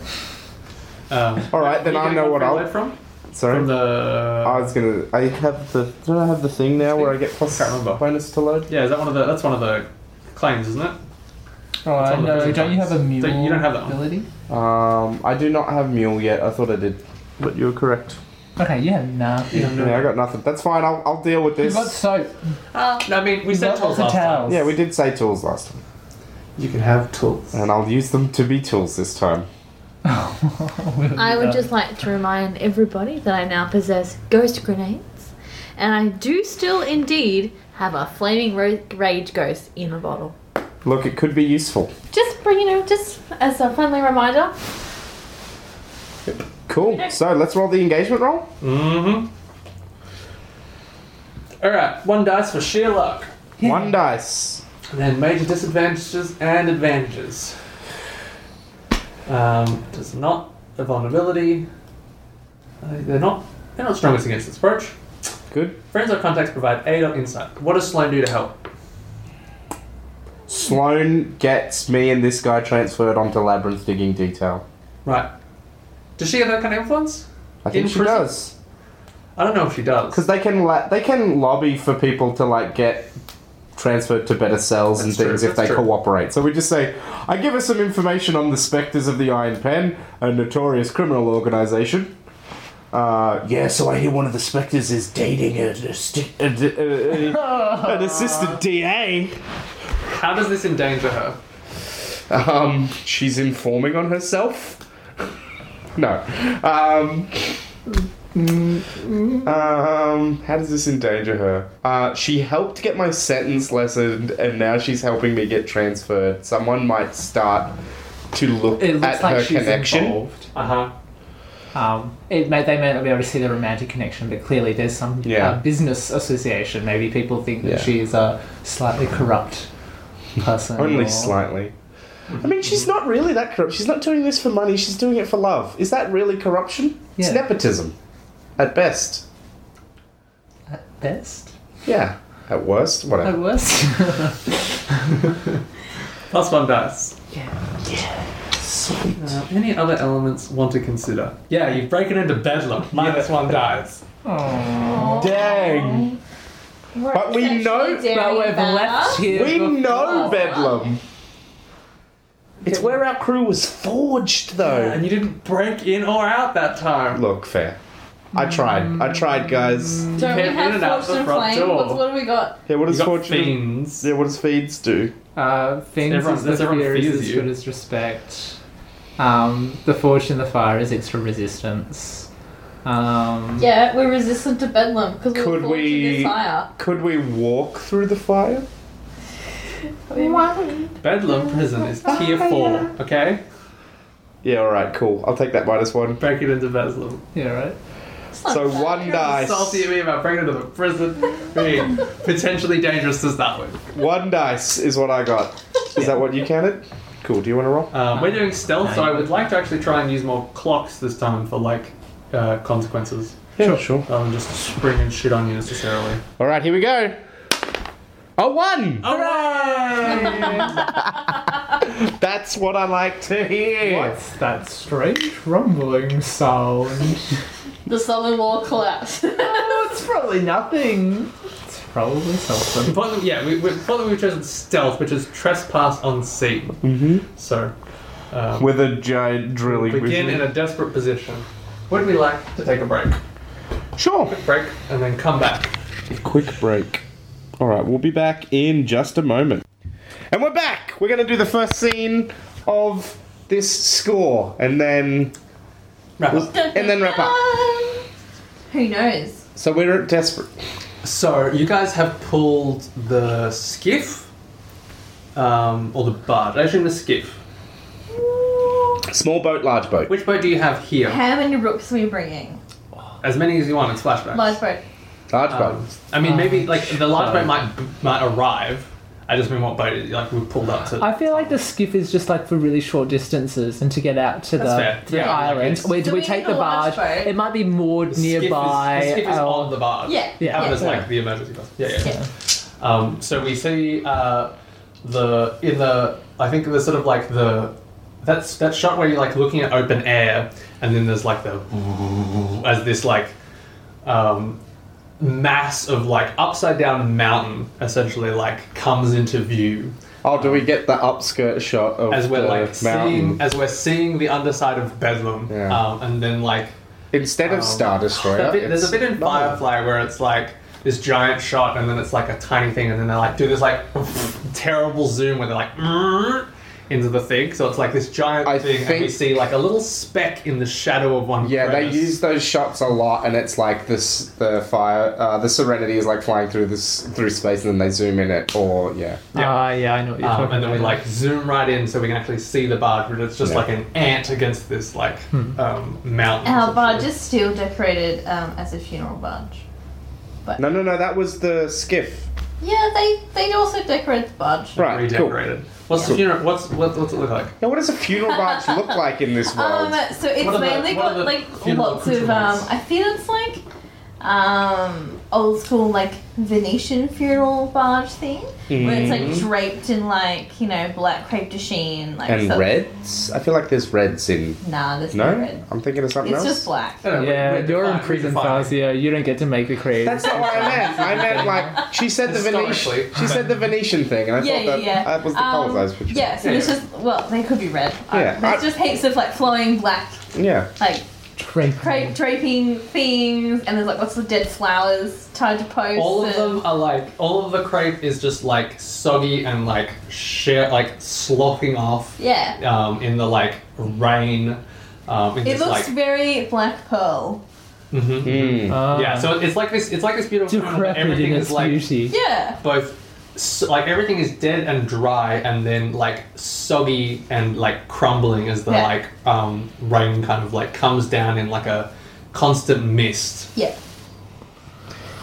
Um,
All right, then
you
I
get
know
one
what
free
I'll-
load from
Sorry. Uh,
from the.
I was gonna. I have the. Don't I have the thing now where I get plus
Can't remember.
bonus to load?
yeah, is that one of the? That's one of the claims, isn't it?
Oh,
on the
no,
prison
don't you have
lines.
a mule
Don't- you don't have that one.
ability?
Um, I do not have mule yet. I thought I did, but you're correct.
Okay, you have nothing.
Yeah,
Yeah, I got nothing. That's fine. I'll, I'll deal with
You've
this.
got soap.
Um,
I mean, we
You've
said
got lots
tools last
of
time.
towels.
Yeah, we did say tools last time,
You can have tools.
and I'll use them to be tools this time.
Oh,
I would just like to remind everybody that I now possess ghost grenades, and I do still indeed have a flaming ro- rage ghost in a bottle.
Look, it could be useful.
Just bring, you know, just as a friendly reminder.
Cool. So let's roll the engagement roll.
Mm-hmm. All right, one dice for sheer luck.
One dice.
And then major disadvantages and advantages. Um, does not a vulnerability. Uh, they're not. They're not strongest against this approach.
Good.
Friends or contacts provide aid or insight. What does Sloan do to help?
Sloan gets me and this guy transferred onto labyrinth digging detail.
Right. Does she have that kind of influence?
I think
In
she
prison?
does.
I don't know if she does.
Because they can la- they can lobby for people to like get transferred to better cells and
That's true,
things if
that's
they
true.
cooperate. So we just say, I give us some information on the Spectres of the Iron Pen, a notorious criminal organization. Uh, yeah, so I hear one of the Spectres is dating a, a, sti- a, a, a- an assistant DA.
How does this endanger her?
Um, she's informing on herself. No. Um, um, how does this endanger her? Uh, she helped get my sentence lessened, and now she's helping me get transferred. Someone might start to look
It looks
at
like
her
she's
connection.
involved.
Uh huh.
Um, it may, they may not be able to see the romantic connection, but clearly there's some
Yeah.
uh, business association. Maybe people think that
Yeah.
she is a slightly corrupt person.
Only
or-
slightly. I mean, she's not really that corrupt. She's not doing this for money. She's doing it for love. Is that really corruption? It's
Yeah.
nepotism, at best.
At best?
Yeah, at worst, whatever.
At worst?
Plus one dice.
yeah.
Uh, any other elements want to consider? Yeah, you've broken into bedlam. Minus one dice.
Oh.
Dang.
We're
But we
essentially
know-
daring
But we've
Bella.
left here.
We
before.
know Bedlam. It's where our crew was forged, though.
And you didn't break in or out that time.
Look, fair. I tried. I tried, guys.
Don't we
came in and out
have
the
fortune
front
flame?
door.
What's, what do we got?
Yeah, what
You
does
got
fortune?
fiends.
Yeah, what does feeds do?
Uh, things
Everyone-
is
that's
the
everyone
fear is
fears
as
you.
good as respect. Um, the forge in the fire is extra resistance. Um,
Yeah, we're resistant to bedlam because we
Could
were forged in
we-
this fire.
Could we walk through the fire?
Bedlam prison is
Oh,
tier four. Okay,
Yeah, all right, cool. I'll take that minus one.
break it into Bedlam.
yeah, right.
It's not
So
bad.
one dice,
Salty at me about breaking into the prison. Being potentially dangerous does that one.
one dice is what I got. Is that what you counted? Cool. Do you want to roll?
Um, we're doing stealth, so I
Nine.
would like to actually try and use more clocks this time for like uh, consequences
Yeah, sure.
rather than just springing shit on you necessarily.
All right, here we go. A one.
Alright!
That's what I like to hear.
What's that strange rumbling sound?
The southern wall collapsed.
oh, it's probably nothing. It's probably something.
Important, yeah, we, we, important we've chosen stealth, which is trespass unseen.
Mm-hmm.
So, um,
With a giant drilling
begin in a desperate position. Would we like to take a break?
Sure.
Break and then come back.
Quick break. All right, we'll be back in just a moment. And we're back. We're going to do the first scene of this score, and then
Wrap up.
and then wrap up.
Who knows?
So we're desperate.
So you guys have pulled the skiff, um, or the barge. I assume the skiff.
Small boat, large boat.
Which boat do you have here?
How many rooks are we bringing?
As many as you want. It's flashbacks.
Large boat.
Large
Um, I mean, maybe like the large boat might might arrive. I just mean what boat? it- Like we pulled up to.
I feel like the skiff is just like for really short distances and to get out to
That's
the,
fair.
to the
Yeah, I
island.
guess.
We,
Do
we
we
take
need
the
a large
barge.
boat?
It might be moored
The skiff is-
nearby. Oh,
the skiff is
or-
on the barge.
Yeah.
Yeah.
Have it
yeah.
as like the emergency bus. Yeah, yeah.
Yeah.
Um, so we see uh, the in the I think the sort of like the that's that shot where you're like looking at open air, and then there's like the as this like um, mass of like upside down mountain essentially like comes into view
Oh, do we get the upskirt shot of
as we're
the
like
mountain
seeing as we're seeing the underside of Bedlam,
Yeah.
um, and then like
instead of
um,
Star Destroyer?
a bit- there's a
it's-
bit in
no.
Firefly where it's like this giant shot, and then it's like a tiny thing, and then they like do this like terrible zoom where they're like "Mm," into the thing. So it's like this giant
I
thing, and we
think-
see like a little speck in the shadow of one.
Yeah, they
crevice. Um,
use those shots a lot, and it's like this: the fire, uh, the Serenity is like flying through this through space, and then they zoom in it. Or yeah,
Yeah.
Ah, yeah, I know what you're
Um,
talking
and then we
about.
like zoom right in so we can actually see the barge, but it's just
Yeah.
like an ant against this like
Hmm.
um, mountain.
Our barge
essentially.
is still decorated um, as a funeral barge.
no, no, no, that was the skiff.
Yeah, they they also decorate the barge.
Right,
redecorated. What's the
Cool.
funeral? What's what, what's it look like?
Now, what does a funeral barge look like in this world?
Um, so it's
What are the-
mainly
what are
got
the
like
funeral
lots of um,
accoutrements?
I feel it's like um, old school like Venetian funeral barge thing where it's like
Mm-hmm.
draped in like you know black crepe de chine like
and
so-
reds? I feel like there's reds in.
Nah, there's
No,
no red.
I'm thinking of something
It's
else.
just black.
I don't know,
yeah,
we're- we're
you're in
defining-
prison,
we're defining.
Fazio. You don't get to make the creed.
That's not what I meant. I meant like she said the Venetian.
Historically.
She said the Venetian thing, and I
Yeah,
thought
yeah,
that
yeah.
that was the
Um,
color size. Which
Yeah, so there's
Yeah.
just well, they could be red. Uh,
Yeah,
there's
I-
just heaps of like flowing black
yeah.
like
Drape.
crepe draping things, and there's like lots of dead flowers tied to posts.
All of
and-
them are like all of the crepe is just like soggy and like shit like sloughing off
Yeah.
um, in the like rain. Um, in
It
this,
looks
like,
very black pearl.
Mhm.
Mm.
Ah,
yeah. So it's like this. It's like this beautiful. funeral, but
decrepit
everything
in
is
its
like
beauty.
Yeah.
both so, like everything is dead and dry and then like soggy and like crumbling as the
Yeah.
like um, rain kind of like comes down in like a constant mist
Yeah.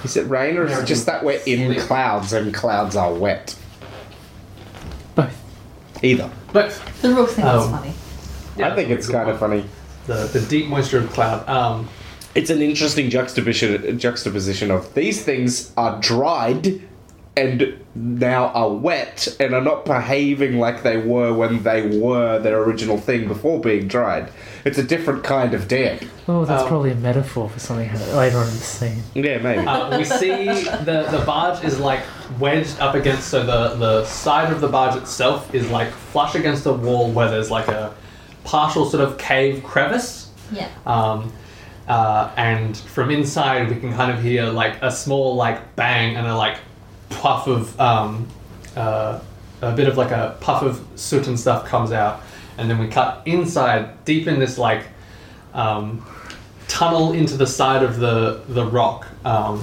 Is it rain or is it just that we're in clouds and clouds are wet?
Both.
Either.
but
The rook thing was
Um,
funny.
I think it's kind of funny.
the, the deep moisture of cloud um,
It's an interesting juxtaposition juxtaposition of these things are dried and now are wet and are not behaving like they were when they were their original thing before being dried. It's a different kind of damp.
Oh, that's
Um,
probably a metaphor for something ha- later on in the scene.
Yeah, maybe.
Uh, we see the, the barge is like wedged up against, so the, the side of the barge itself is like flush against a wall where there's like a partial sort of cave crevice.
Yeah.
Um, uh, and from inside, we can kind of hear like a small like bang and a like puff of um, uh, a bit of like a puff of soot and stuff comes out, and then we cut inside deep in this like um, tunnel into the side of the the rock, um,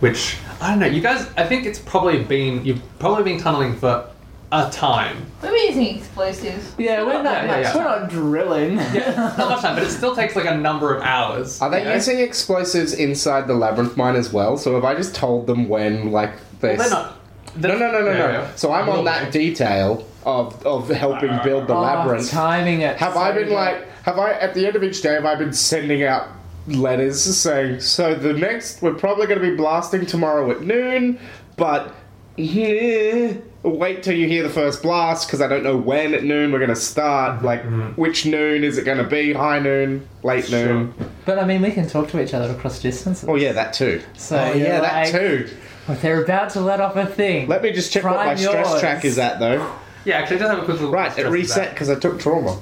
which I don't know. You guys, I think it's probably been you've probably been tunneling for a time.
We were using explosives.
Yeah, we're not
Yeah, yeah, yeah.
we're not drilling.
Not much time, but it still takes like a number of hours.
Are they
you know?
using explosives inside the labyrinth mine as well? So have I just told them when, like, they?
Well, they're not.
No, no, no, no,
Yeah,
no.
yeah. Uh,
So I'm on that
Okay.
detail of of helping build the
Oh,
labyrinth.
timing it.
Have
so
I been
good.
like? Have I at the end of each day? Have I been sending out letters saying? So the next, we're probably going to be blasting tomorrow at noon, but eh, wait till you hear the first blast because I don't know when at noon we're going to start. Like, which noon is it going to be? High noon, late noon?
But I mean, we can talk to each other across distances.
Oh yeah, that too.
So
Oh yeah,
you're
that
like,
too.
Well, they're about to let off a thing.
Let me just check what my
Prime
stress
yours.
track is at though.
Yeah, actually, just have a quick little.
Right, it
stress
reset
back.
because I took trauma.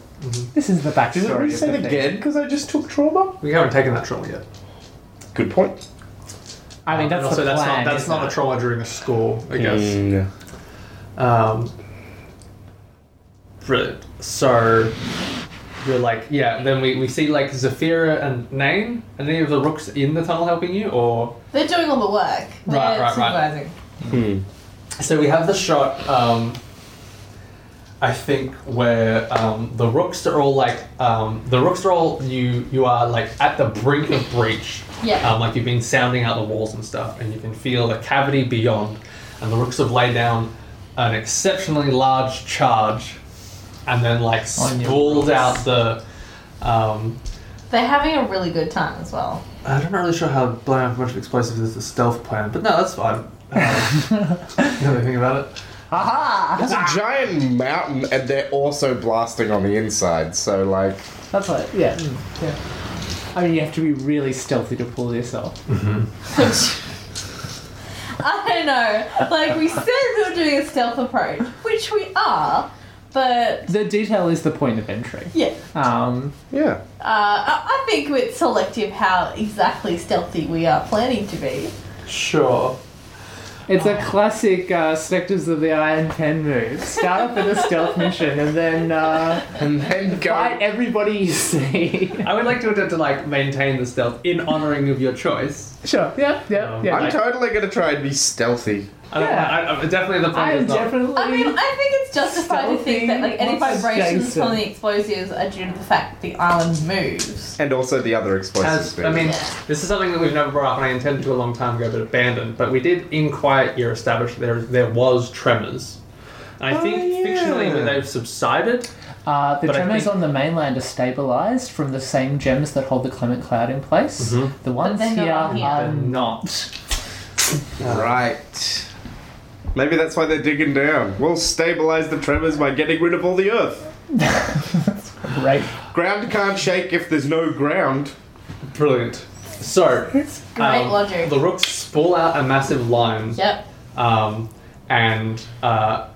This is the backstory.
Did it
of
reset
the thing.
again because I just took trauma?
We haven't taken that trauma yet.
Good point.
I mean, that's
and also,
the
that's
plan.
not that's
isn't
not
it?
a trauma during a score, I guess.
Mm.
Um, brilliant. So you're like, yeah. Then we, we see like Zafira and Nain. Are any of the rooks in the tunnel helping you, or
They're doing all the work. They're
Right, right, right.
supervising.
So we have the shot, um, I think, where um, the rooks are all like, um, the rooks are all, you you are like at the brink of breach.
Yeah.
Um, like you've been sounding out the walls and stuff, and you can feel the cavity beyond. And the rooks have laid down an exceptionally large charge and then like
On your
spooled out the. Um,
They're having a really good time as well.
I'm not really sure how blowing up a bunch of explosives is the stealth plan, but no, that's fine. Um, now that I think about it.
It's a giant mountain, and they're also blasting on the inside. So, like,
That's like, yeah, mm, yeah. I mean, you have to be really stealthy to pull this off.
I don't know. Like we said, we were doing a stealth approach, which we are, but
The detail is the point of entry.
yeah,
Um,
yeah,
uh, I I think it's selective how exactly stealthy we are planning to be.
Sure.
it's a classic uh, Spectres of the Iron Pen move. Start off with a stealth mission and then uh,
and then go.
fight everybody you see.
I would like to attempt to like maintain the stealth in honoring of your choice.
sure, yeah, yeah,
Um,
yeah.
I'm totally gonna try and be stealthy.
I don't
Yeah.
know, I, I, definitely the
I
point
am
is not.
definitely.
I mean, I think it's justified to think that like any
Stealthy,
vibrations
Jason.
from the explosives are due to the fact the island moves.
And also the other explosives.
As, I mean, this is something that we've never brought up, and I intended to a long time ago, but abandoned. But we did in quiet year establish there there was tremors. And I
Oh,
think
yeah.
fictionally they've subsided.
Uh, the
But I
tremors
think-
on the mainland are stabilized from the same gems that hold the clement cloud in place. The ones
they're not
here
on here.
are
Mm-hmm. They're
not.
uh,
right. Maybe that's why they're digging down. We'll stabilize the tremors by getting rid of all the earth.
Right.
Ground can't shake if there's no ground.
Brilliant. So
Great
um,
logic.
the rooks spool out a massive line
Yep.
um, and uh,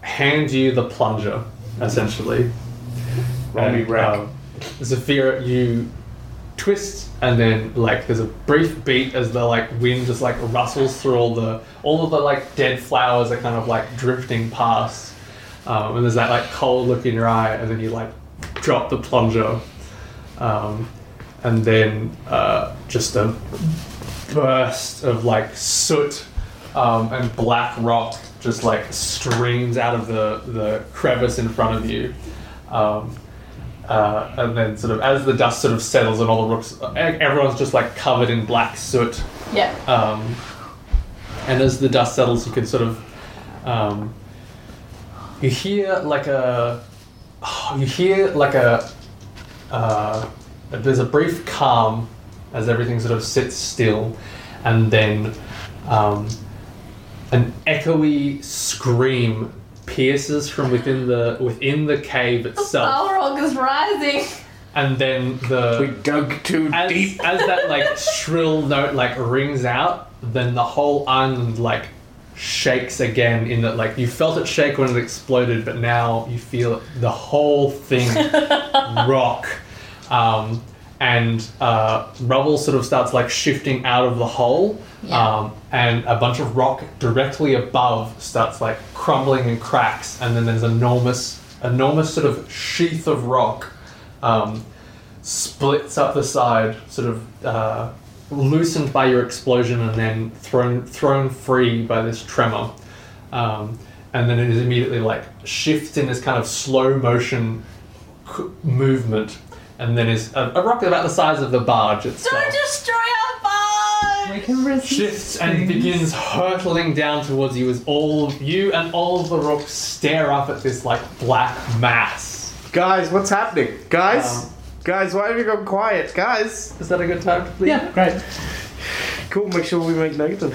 hand you the plunger, essentially.
Roll me
And,
rack.
um, Zafira, you twist, and then like there's a brief beat as the like wind just like rustles through all the all of the like dead flowers are kind of like drifting past, um, and there's that like cold look in your eye, and then you like drop the plunger, um, and then uh, just a burst of like soot um, and black rock just like streams out of the, the crevice in front of you. Um, uh, and then, sort of, as the dust sort of settles and all the rooks, e- everyone's just like covered in black soot.
Yep.
Um, and as the dust settles, you can sort of um, you hear like a you hear like a uh, there's a brief calm as everything sort of sits still, and then um, An echoey scream pierces from within the within the cave itself,
Balrog is rising.
and then
We
the
dug too
um, as,
deep.
as that like shrill note like rings out, then the whole island like shakes again. In that like you felt it shake when it exploded, but now you feel the whole thing rock. Um, and uh, rubble sort of starts like shifting out of the hole,
Yeah.
um, and a bunch of rock directly above starts like crumbling and cracks, and then there's enormous, enormous sort of sheath of rock um, splits up the side, sort of uh, loosened by your explosion, and then thrown thrown free by this tremor. Um, and then it is immediately like shifts in this kind of slow motion c- movement, and then is a, a rock about the size of the barge itself
Don't destroy our barn.
We can resist.
shifts and
things.
begins hurtling down towards you as all you and all of the rooks stare up at this like black mass.
Guys, what's happening? Guys?
Um,
Guys, why have you gone quiet? Guys?
Is that a good time to please?
Yeah, great.
Cool, make sure we make negative.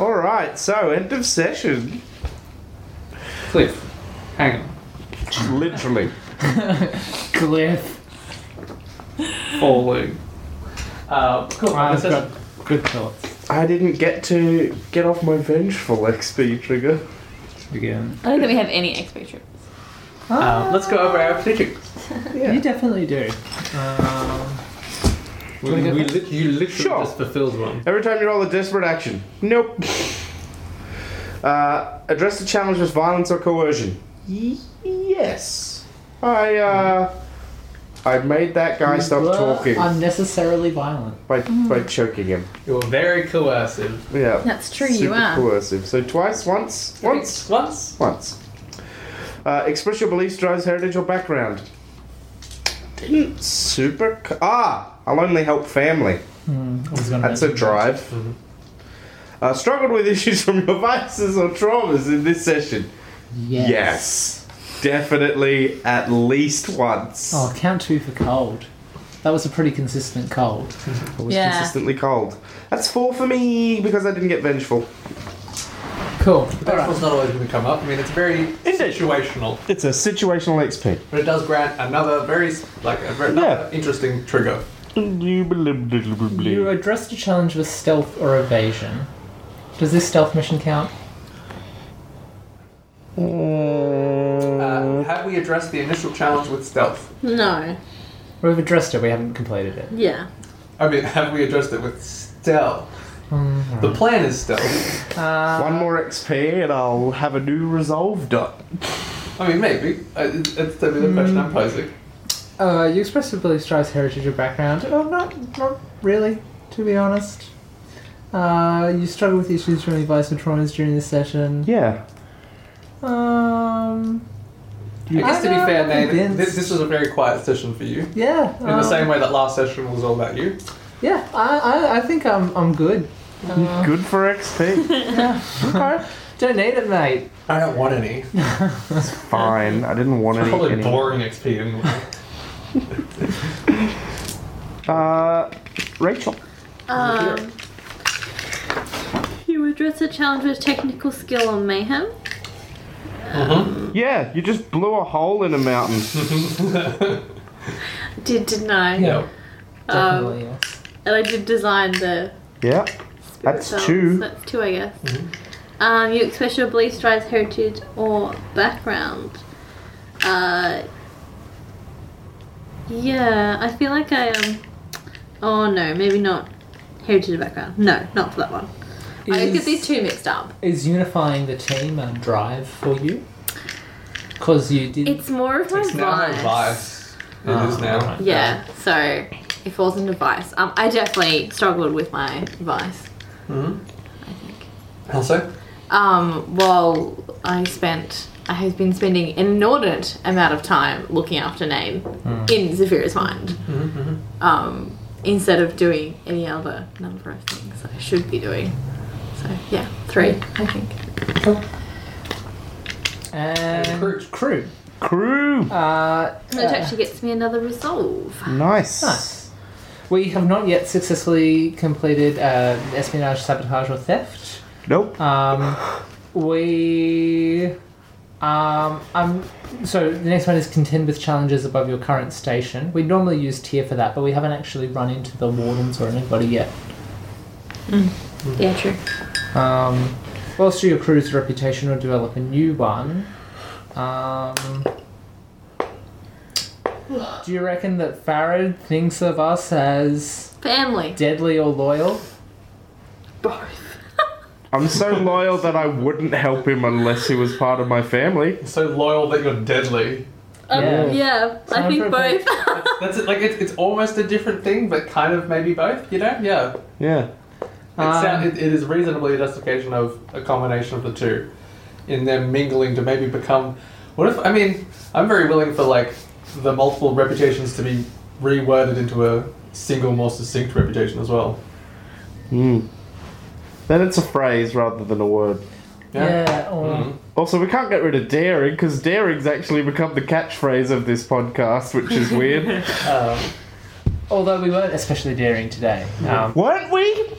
Alright, so end of session.
Cliff, hang
Literally.
Cliff.
on. Falling. Uh, cool.
I've
This is-
got good thoughts
I didn't get to get off my vengeful XP trigger.
again.
I don't think we have any XP troops.
uh, let's go over our predictions.
You definitely do. Um,
We, we lit you literally
Sure.
just fulfilled one.
Every time you roll a desperate action. Nope. Uh, address the challenge with violence or coercion. Y- yes. I uh, I made that guy stop
were
talking
Unnecessarily violent.
by by choking him.
You were very coercive.
Yeah.
That's true,
Super
you are.
coercive. So twice, once, once,
Once.
once. Uh, express your beliefs, drives, heritage, or background. Didn't super. Co- ah, I'll only help family.
I was gonna
That's a
mention
drive. Uh, struggled with issues from your vices or traumas in this session.
that. Yes.
Definitely at least once.
Oh, count two for cold. That was a pretty consistent cold.
I was
yeah.
consistently cold. That's four for me because I didn't get vengeful.
Cool. All
That's
right.
not always going to come up. I mean, it's very situational,
It's a situational XP.
but it does grant another very s- like a very
Yeah.
interesting trigger.
You addressed a challenge with stealth or evasion. Does this stealth mission count?
Uh, have we addressed the initial challenge with stealth?
No.
We've addressed it, we haven't completed it.
Yeah.
I mean, have we addressed it with stealth? The plan is stealth.
One more XP and I'll have a new resolve dot.
I mean, maybe. I- It's it's the the question I'm posing.
Uh, you expressed your Billy Strauss heritage or background. Oh, not, not really, to be honest. Uh, you struggle with issues from advice and traumas during this session.
Yeah.
Um,
I guess to be
I'm
fair, Nate,
convinced.
this, this was a very quiet session for you.
yeah. um,
In the same way that last session was all about you.
Yeah, I, I, I think I'm, I'm good.
Good for XP.
Okay. Don't need it, mate.
I don't want any.
Fine. I didn't want any.
Probably
any-
boring XP anyway.
Uh, Rachel.
Um, you address a challenge with technical skill or mayhem.
Mm-hmm.
Yeah, you just blew a hole in a mountain.
Did didn't I?
Yeah.
Um,
Definitely, yes.
and I did design the.
yeah. That's
spells.
two.
That's two, I guess. Um, you express your beliefs, drives, heritage, or background. Uh, yeah, I feel like I am. Um, oh no, maybe not heritage or background. No, not for that one. I
Is-
get these two mixed up.
Is unifying the team a drive for you? Because you did.
It's more of my
It's now
vibe.
advice. It is
Ah,
now.
right.
Yeah, so it falls into vice. Um, I definitely struggled with my vice.
Mm-hmm. Also,
Um, while I spent, I have been spending an inordinate amount of time looking after Name
Hmm.
in Zafira's mind,
Mm-hmm,
um, instead of doing any other number of things I should be doing. So yeah, three, I think.
And
crew.
crew.
Crew.
Uh,
That actually gets me another resolve.
Nice.
Nice. We have not yet successfully completed uh, espionage, sabotage, or theft.
Nope.
Um, we. Um, um, so the next one is contend with challenges above your current station. We normally use tier for that, but we haven't actually run into the wardens or anybody yet.
Yeah, true.
Um, bolster your crew's reputation or develop a new one. Um, do you reckon that Farad thinks of us as
Family.
deadly or loyal?
I'm so loyal that I wouldn't help him unless he was part of my family.
So loyal that you're deadly.
Um,
Yeah.
yeah. I
Sounds
think
right.
both.
That's it. Like it's, it's almost a different thing, but kind of maybe both. You know? Yeah. It,
Yeah.
Um,
sound, it, it is reasonably a justification of a combination of the two, in them mingling to maybe become. What if? I mean, I'm very willing for like the multiple reputations to be reworded into a single more succinct reputation as well.
Hmm. Then it's a phrase rather than a word.
Yeah.
or-
Mm.
Also, we can't get rid of daring because daring's actually become the catchphrase of this podcast, which is weird.
Um,
uh, Although we weren't especially daring today.
Mm-hmm.
Um,
Weren't we?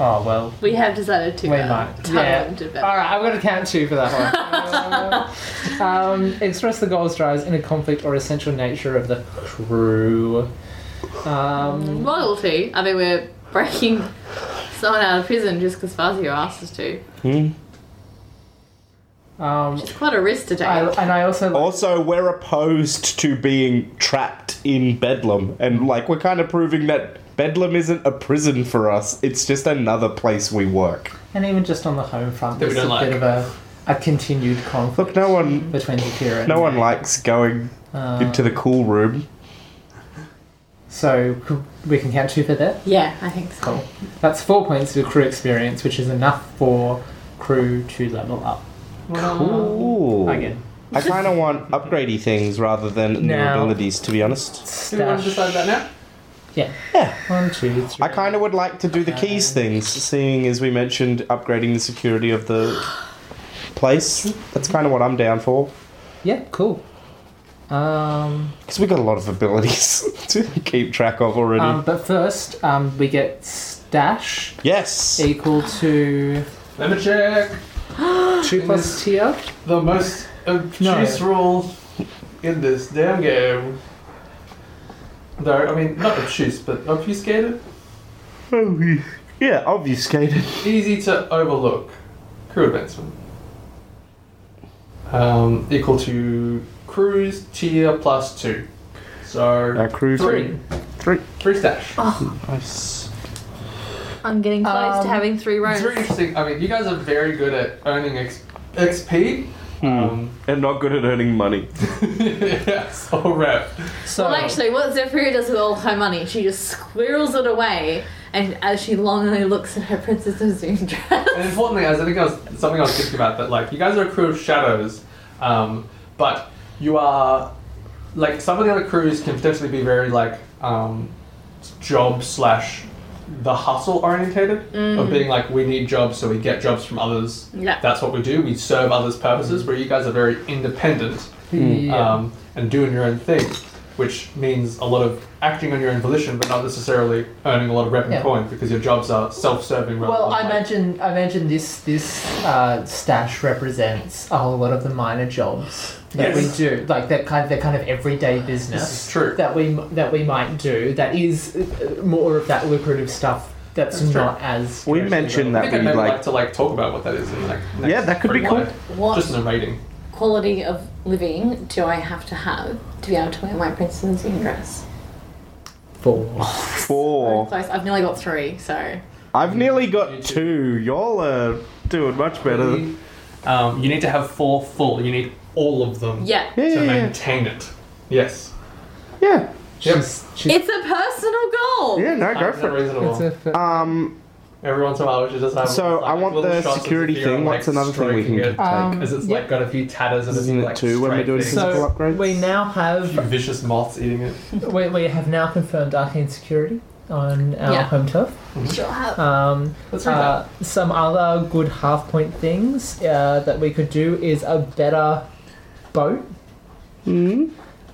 oh well.
We have decided to
We
go
might.
tunnel
Yeah.
into bed.
All right, I've got to count two for that one. um, express the goals, drives in a conflict or essential nature of the crew. Um,
Loyalty. I mean, we're breaking someone out of prison just because Fazio asked us to.
Hmm.
um,
It's quite a risk to take.
I, and I also like,
Also, we're opposed to being trapped in Bedlam, and like we're kind of proving that Bedlam isn't a prison for us. It's just another place we work.
and even just on the home front,
That we
there's a
don't
bit of
like.
a, a continued conflict
Look, no one,
between the Kira and
no one likes going
uh,
into the cool room.
So could- we can count two for that.
yeah, I think so.
Cool. That's four points of crew experience, which is enough for crew to level up
Cool.
again.
I kind of want upgradey things rather than new
No.
abilities, to be honest.
do we want to decide that now?
Yeah.
Yeah.
One, two, three.
I kind of would like to do the keys things, seeing as we mentioned upgrading the security of the place. That's kind of what I'm down for.
Yeah, cool. Um,
Because we got a lot of abilities to keep track of already.
um, but first, um, we get stash
yes!
equal to
Let me check.
two plus tier.
The most obtuse rule in this damn game. Though, I mean, not obtuse, but obfuscated.
Oh, yeah, obfuscated.
Easy to overlook. Crew advancement. Um, equal to cruise tier plus two. So,
Our crew.
three.
Three.
Three stash.
Nice.
I'm getting close
Um,
to having three
It's
rooms.
very interesting. I mean, you guys are very good at earning X- XP. Um,
And not good at earning money.
yes, all rep.
So
Well, actually, what Zephyr does with all her money, she just squirrels it away, and as she longingly looks at her Princess of Zoom dress.
And importantly, as I think I was something I was thinking about that like you guys are a crew of shadows, um, but you are like some of the other crews can potentially be very like um, job slash the hustle orientated
Mm.
of being like we need jobs so we get jobs from others.
Yeah.
That's what we do. We serve others' purposes. Where you guys are very independent
Mm. yeah.
um, and doing your own thing, which means a lot of acting on your own volition, but not necessarily earning a lot of rep and
Yeah.
coin because your jobs are self-serving. rather
well,
than,
I
like,
imagine I imagine this this uh, stash represents a whole lot of the minor jobs that
Yes.
we do, like that kind of that kind of everyday business.
This is true.
that we that we might do that is uh, more of that lucrative stuff that's,
That's true.
not as
We
directly
mentioned
I
that
think I'd
we
maybe like,
like.
to like talk about what that is in like next
Yeah, that could be
free
cool.
line.
What
Just in a rating.
quality of living do I have to have to be able to wear my Princess of Zoom dress?
for.
Very
Four.
Close. I've nearly got three, so.
I've nearly
You
got
too.
two. Y'all are doing much better.
Um, you need to have four full. You need all of them
Yeah.
Yeah,
to
yeah, yeah.
maintain it. Yes.
Yeah.
She's, she's
It's a personal goal!
Yeah, no, go
That's
for it.
reasonable.
it's a-
Um,
Every once in a while, we should just have.
so
like,
I want
little
Um, the
shots of
security
the
thing.
hero,
What's
like,
another thing we can
stroking
take?
it.
Um,
Because it's
yeah.
like got a few tatters and a
Isn't
few
it
like
too, when we
stripe
do it
things.
so-
so
Physical upgrades?
we now
Few
have
vicious moths eating it.
we, we have now confirmed arcane security on our
Yeah.
home turf.
She'll have.
Um,
That's right.
uh, some other good half point things uh, that we could do is a better boat,
Hmm?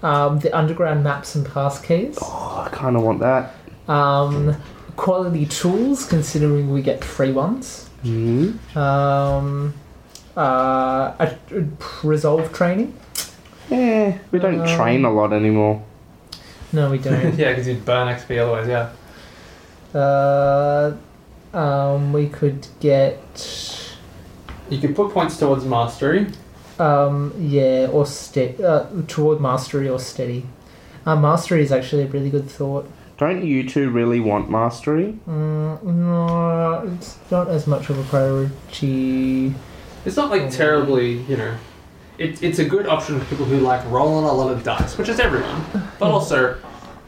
um, the underground maps and pass keys.
Oh, I kind of want that.
Um, quality tools, considering we get free ones.
Mm.
Um, uh, a- a- resolve training?
Yeah, we don't
Um,
train a lot anymore.
No, we don't.
yeah, because you'd burn XP otherwise, yeah.
uh, um, we could get.
You can put points towards mastery.
Um, yeah, or ste- uh, toward mastery or steady. Uh, mastery is actually a really good thought.
Don't you two really want mastery?
Mm, no, it's not as much of a priority.
It's not like terribly, you know. It, it's a good option for people who like rolling a lot of dice, which is everyone, but also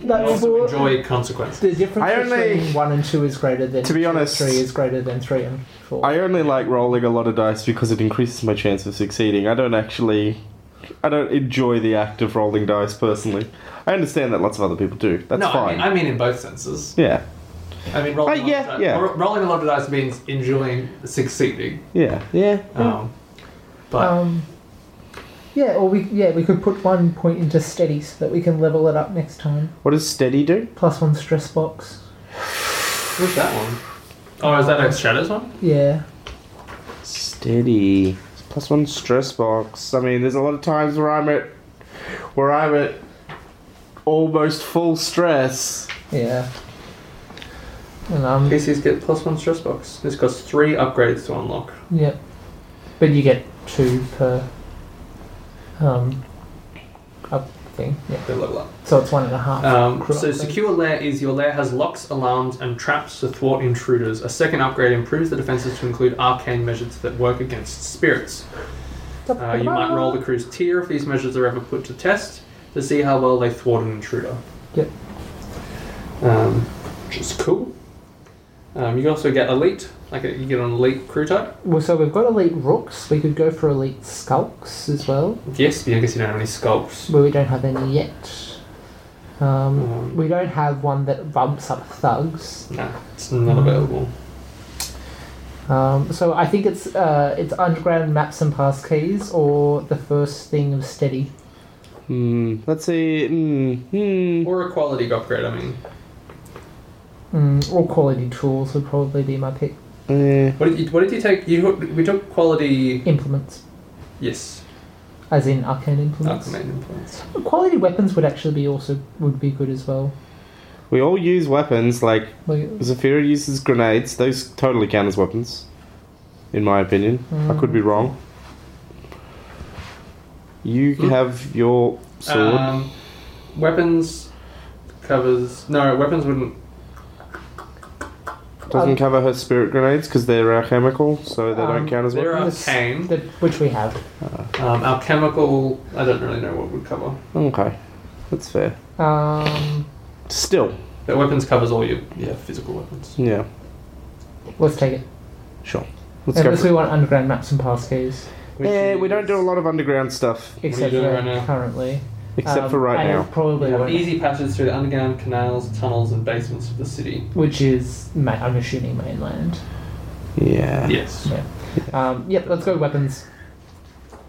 you
But
also
for-
enjoy consequences.
The difference
I only-
between one and two is greater than
To be
two and
honest,
three is greater than three and four.
I only like rolling a lot of dice because it increases my chance of succeeding. I don't actually. I don't enjoy the act of rolling dice personally. I understand that lots of other people do. That's
no, I
fine.
mean, I mean in both senses.
yeah,
I mean rolling,
Uh,
a lot
yeah,
of dice,
yeah.
ro- rolling a lot of dice means enjoying succeeding.
yeah, yeah.
Um, but
um, yeah, or we yeah we could put one point into steady so that we can level it up next time.
What does steady do?
Plus one stress box.
what's that one? Oh, is that a shadows one?
Yeah.
Steady. Plus one stress box. I mean, there's a lot of times where I'm at. where I'm at almost full stress.
Yeah. And um,
PCs get plus one stress box. This costs three upgrades to unlock.
yeah. But you get two per um up thing. Yeah.
They level up.
So it's one and a half.
Um,
Cool.
so secure lair is your lair has locks, alarms, and traps to thwart intruders. A second upgrade improves the defenses to include arcane measures that work against spirits. Uh, you might roll the crew's tier if these measures are ever put to test to see how well they thwart an intruder.
Yep.
Um, which is cool. Um, you also get elite, like a, you get an elite crew type.
Well, so we've got elite rooks. We could go for elite skulks as well,
Yes, but I guess you don't have any sculpts.
but we don't have any yet. Um,
Um,
we don't have one that bumps up thugs.
No, it's not available.
Um, so I think it's uh, it's underground maps and passkeys or the first thing of steady.
Hmm. Let's see. Hmm. Hmm.
Or a quality upgrade, I mean.
Mm, or quality tools would probably be my pick.
Eh.
What did you, what did you take? You We took quality.
Implements,
Yes.
as in arcane implements.
Arcane influence.
Quality weapons would actually be also would be good as well.
We all use weapons. Like
Like,
Zafira uses grenades. Those totally count as weapons, in my opinion. I could be wrong. You
Hmm.
have your sword.
Um, weapons covers. No, weapons wouldn't.
Doesn't
um,
cover her spirit grenades because they're uh, chemical, so they
Um,
don't count as
They're
weapons.
Yes.
arcane.
that, which we have.
Um, alchemical. I don't really know what would cover.
Okay, that's fair.
Um,
Still,
But weapons covers all your yeah physical weapons.
yeah,
let's take it.
sure. Let's go.
Unless
For
we want underground maps and passkeys,
it. Eh, we don't do a lot of underground stuff
except
doing
for
right now?
currently.
except
Um,
for right
and
now.
Probably,
We have
won't,
easy passages through the underground canals, tunnels, and basements of the city.
which is ma- I'm assuming mainland.
Yeah.
Yes.
Um, yep, let's go weapons.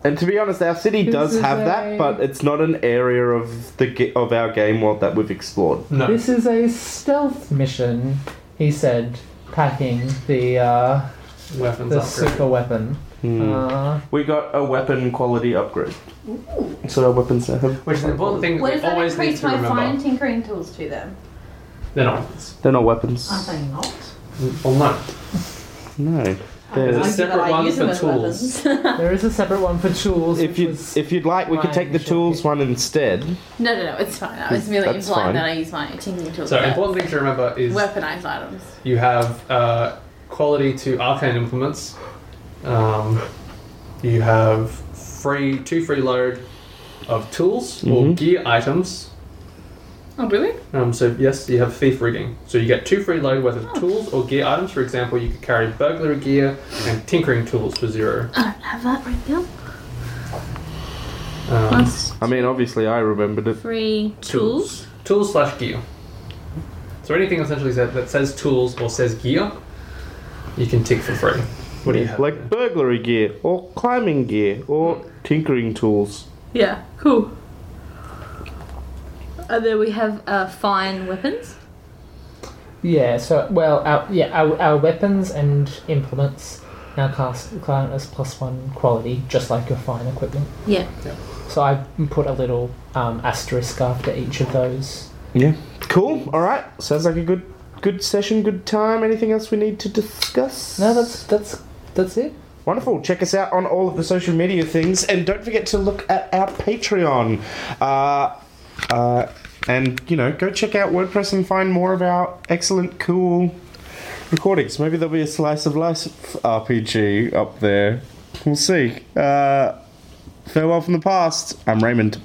And to be honest, our city
This
does
is
have
a-
that, but it's not an area of the ga- of our game world that we've explored.
No.
This is a stealth mission, he said, packing the uh,
weapons
the
upgrade.
super weapon.
Hmm.
Uh,
We got a weapon quality upgrade, so our weapons uh, now have
Which is an important thing that
What
we
does that
always need
increase
to
my
remember.
fine tinkering tools to then?
They're not weapons.
they're not weapons.
Are they not?
Well, no.
No,
There's
they're.
Argue
a
that
separate
I
one
use them
for
as
tools.
weapons.
there is a separate one for tools.
If
which
you
was-
if you'd like, we could
my
take the
initial
tools
pick.
one instead.
No, no, no, it's fine. I was merely
That's
implying
fine.
that I use my tingling tools.
So
but
important thing to remember is
weaponized items.
You have uh, quality to arcane implements. Um, you have free two free load of tools or
Mhm.
gear items.
Oh, really?
Um, so yes, you have thief rigging. So you get two free load worth
Oh.
of tools or gear items. For example, you could carry burglary gear and tinkering tools for zero.
I don't have that right now.
Um,
Plus
I mean, obviously, I remembered it.
three tools.
tools, tools slash gear. So anything essentially that, that says tools or says gear, you can tick for free. What do you have?
Like burglary gear, or climbing gear, or
Hmm.
tinkering tools.
Yeah, cool. uh, And then we have uh, fine weapons.
Yeah, so, well, our, yeah, our, our weapons and implements now cast count as plus one quality, just like your fine equipment.
Yeah.
So I put a little um, asterisk after each of those.
Yeah. Cool. All right. Sounds like a good good session, good time. Anything else we need to discuss?
No, that's that's that's it.
Wonderful. Check us out on all of the social media things, and don't forget to look at our Patreon. Uh, uh, and you know, go check out WordPress and find more of our excellent, cool recordings. Maybe there'll be a slice of life RPG up there. We'll see. Uh, farewell from the past. I'm Raymond.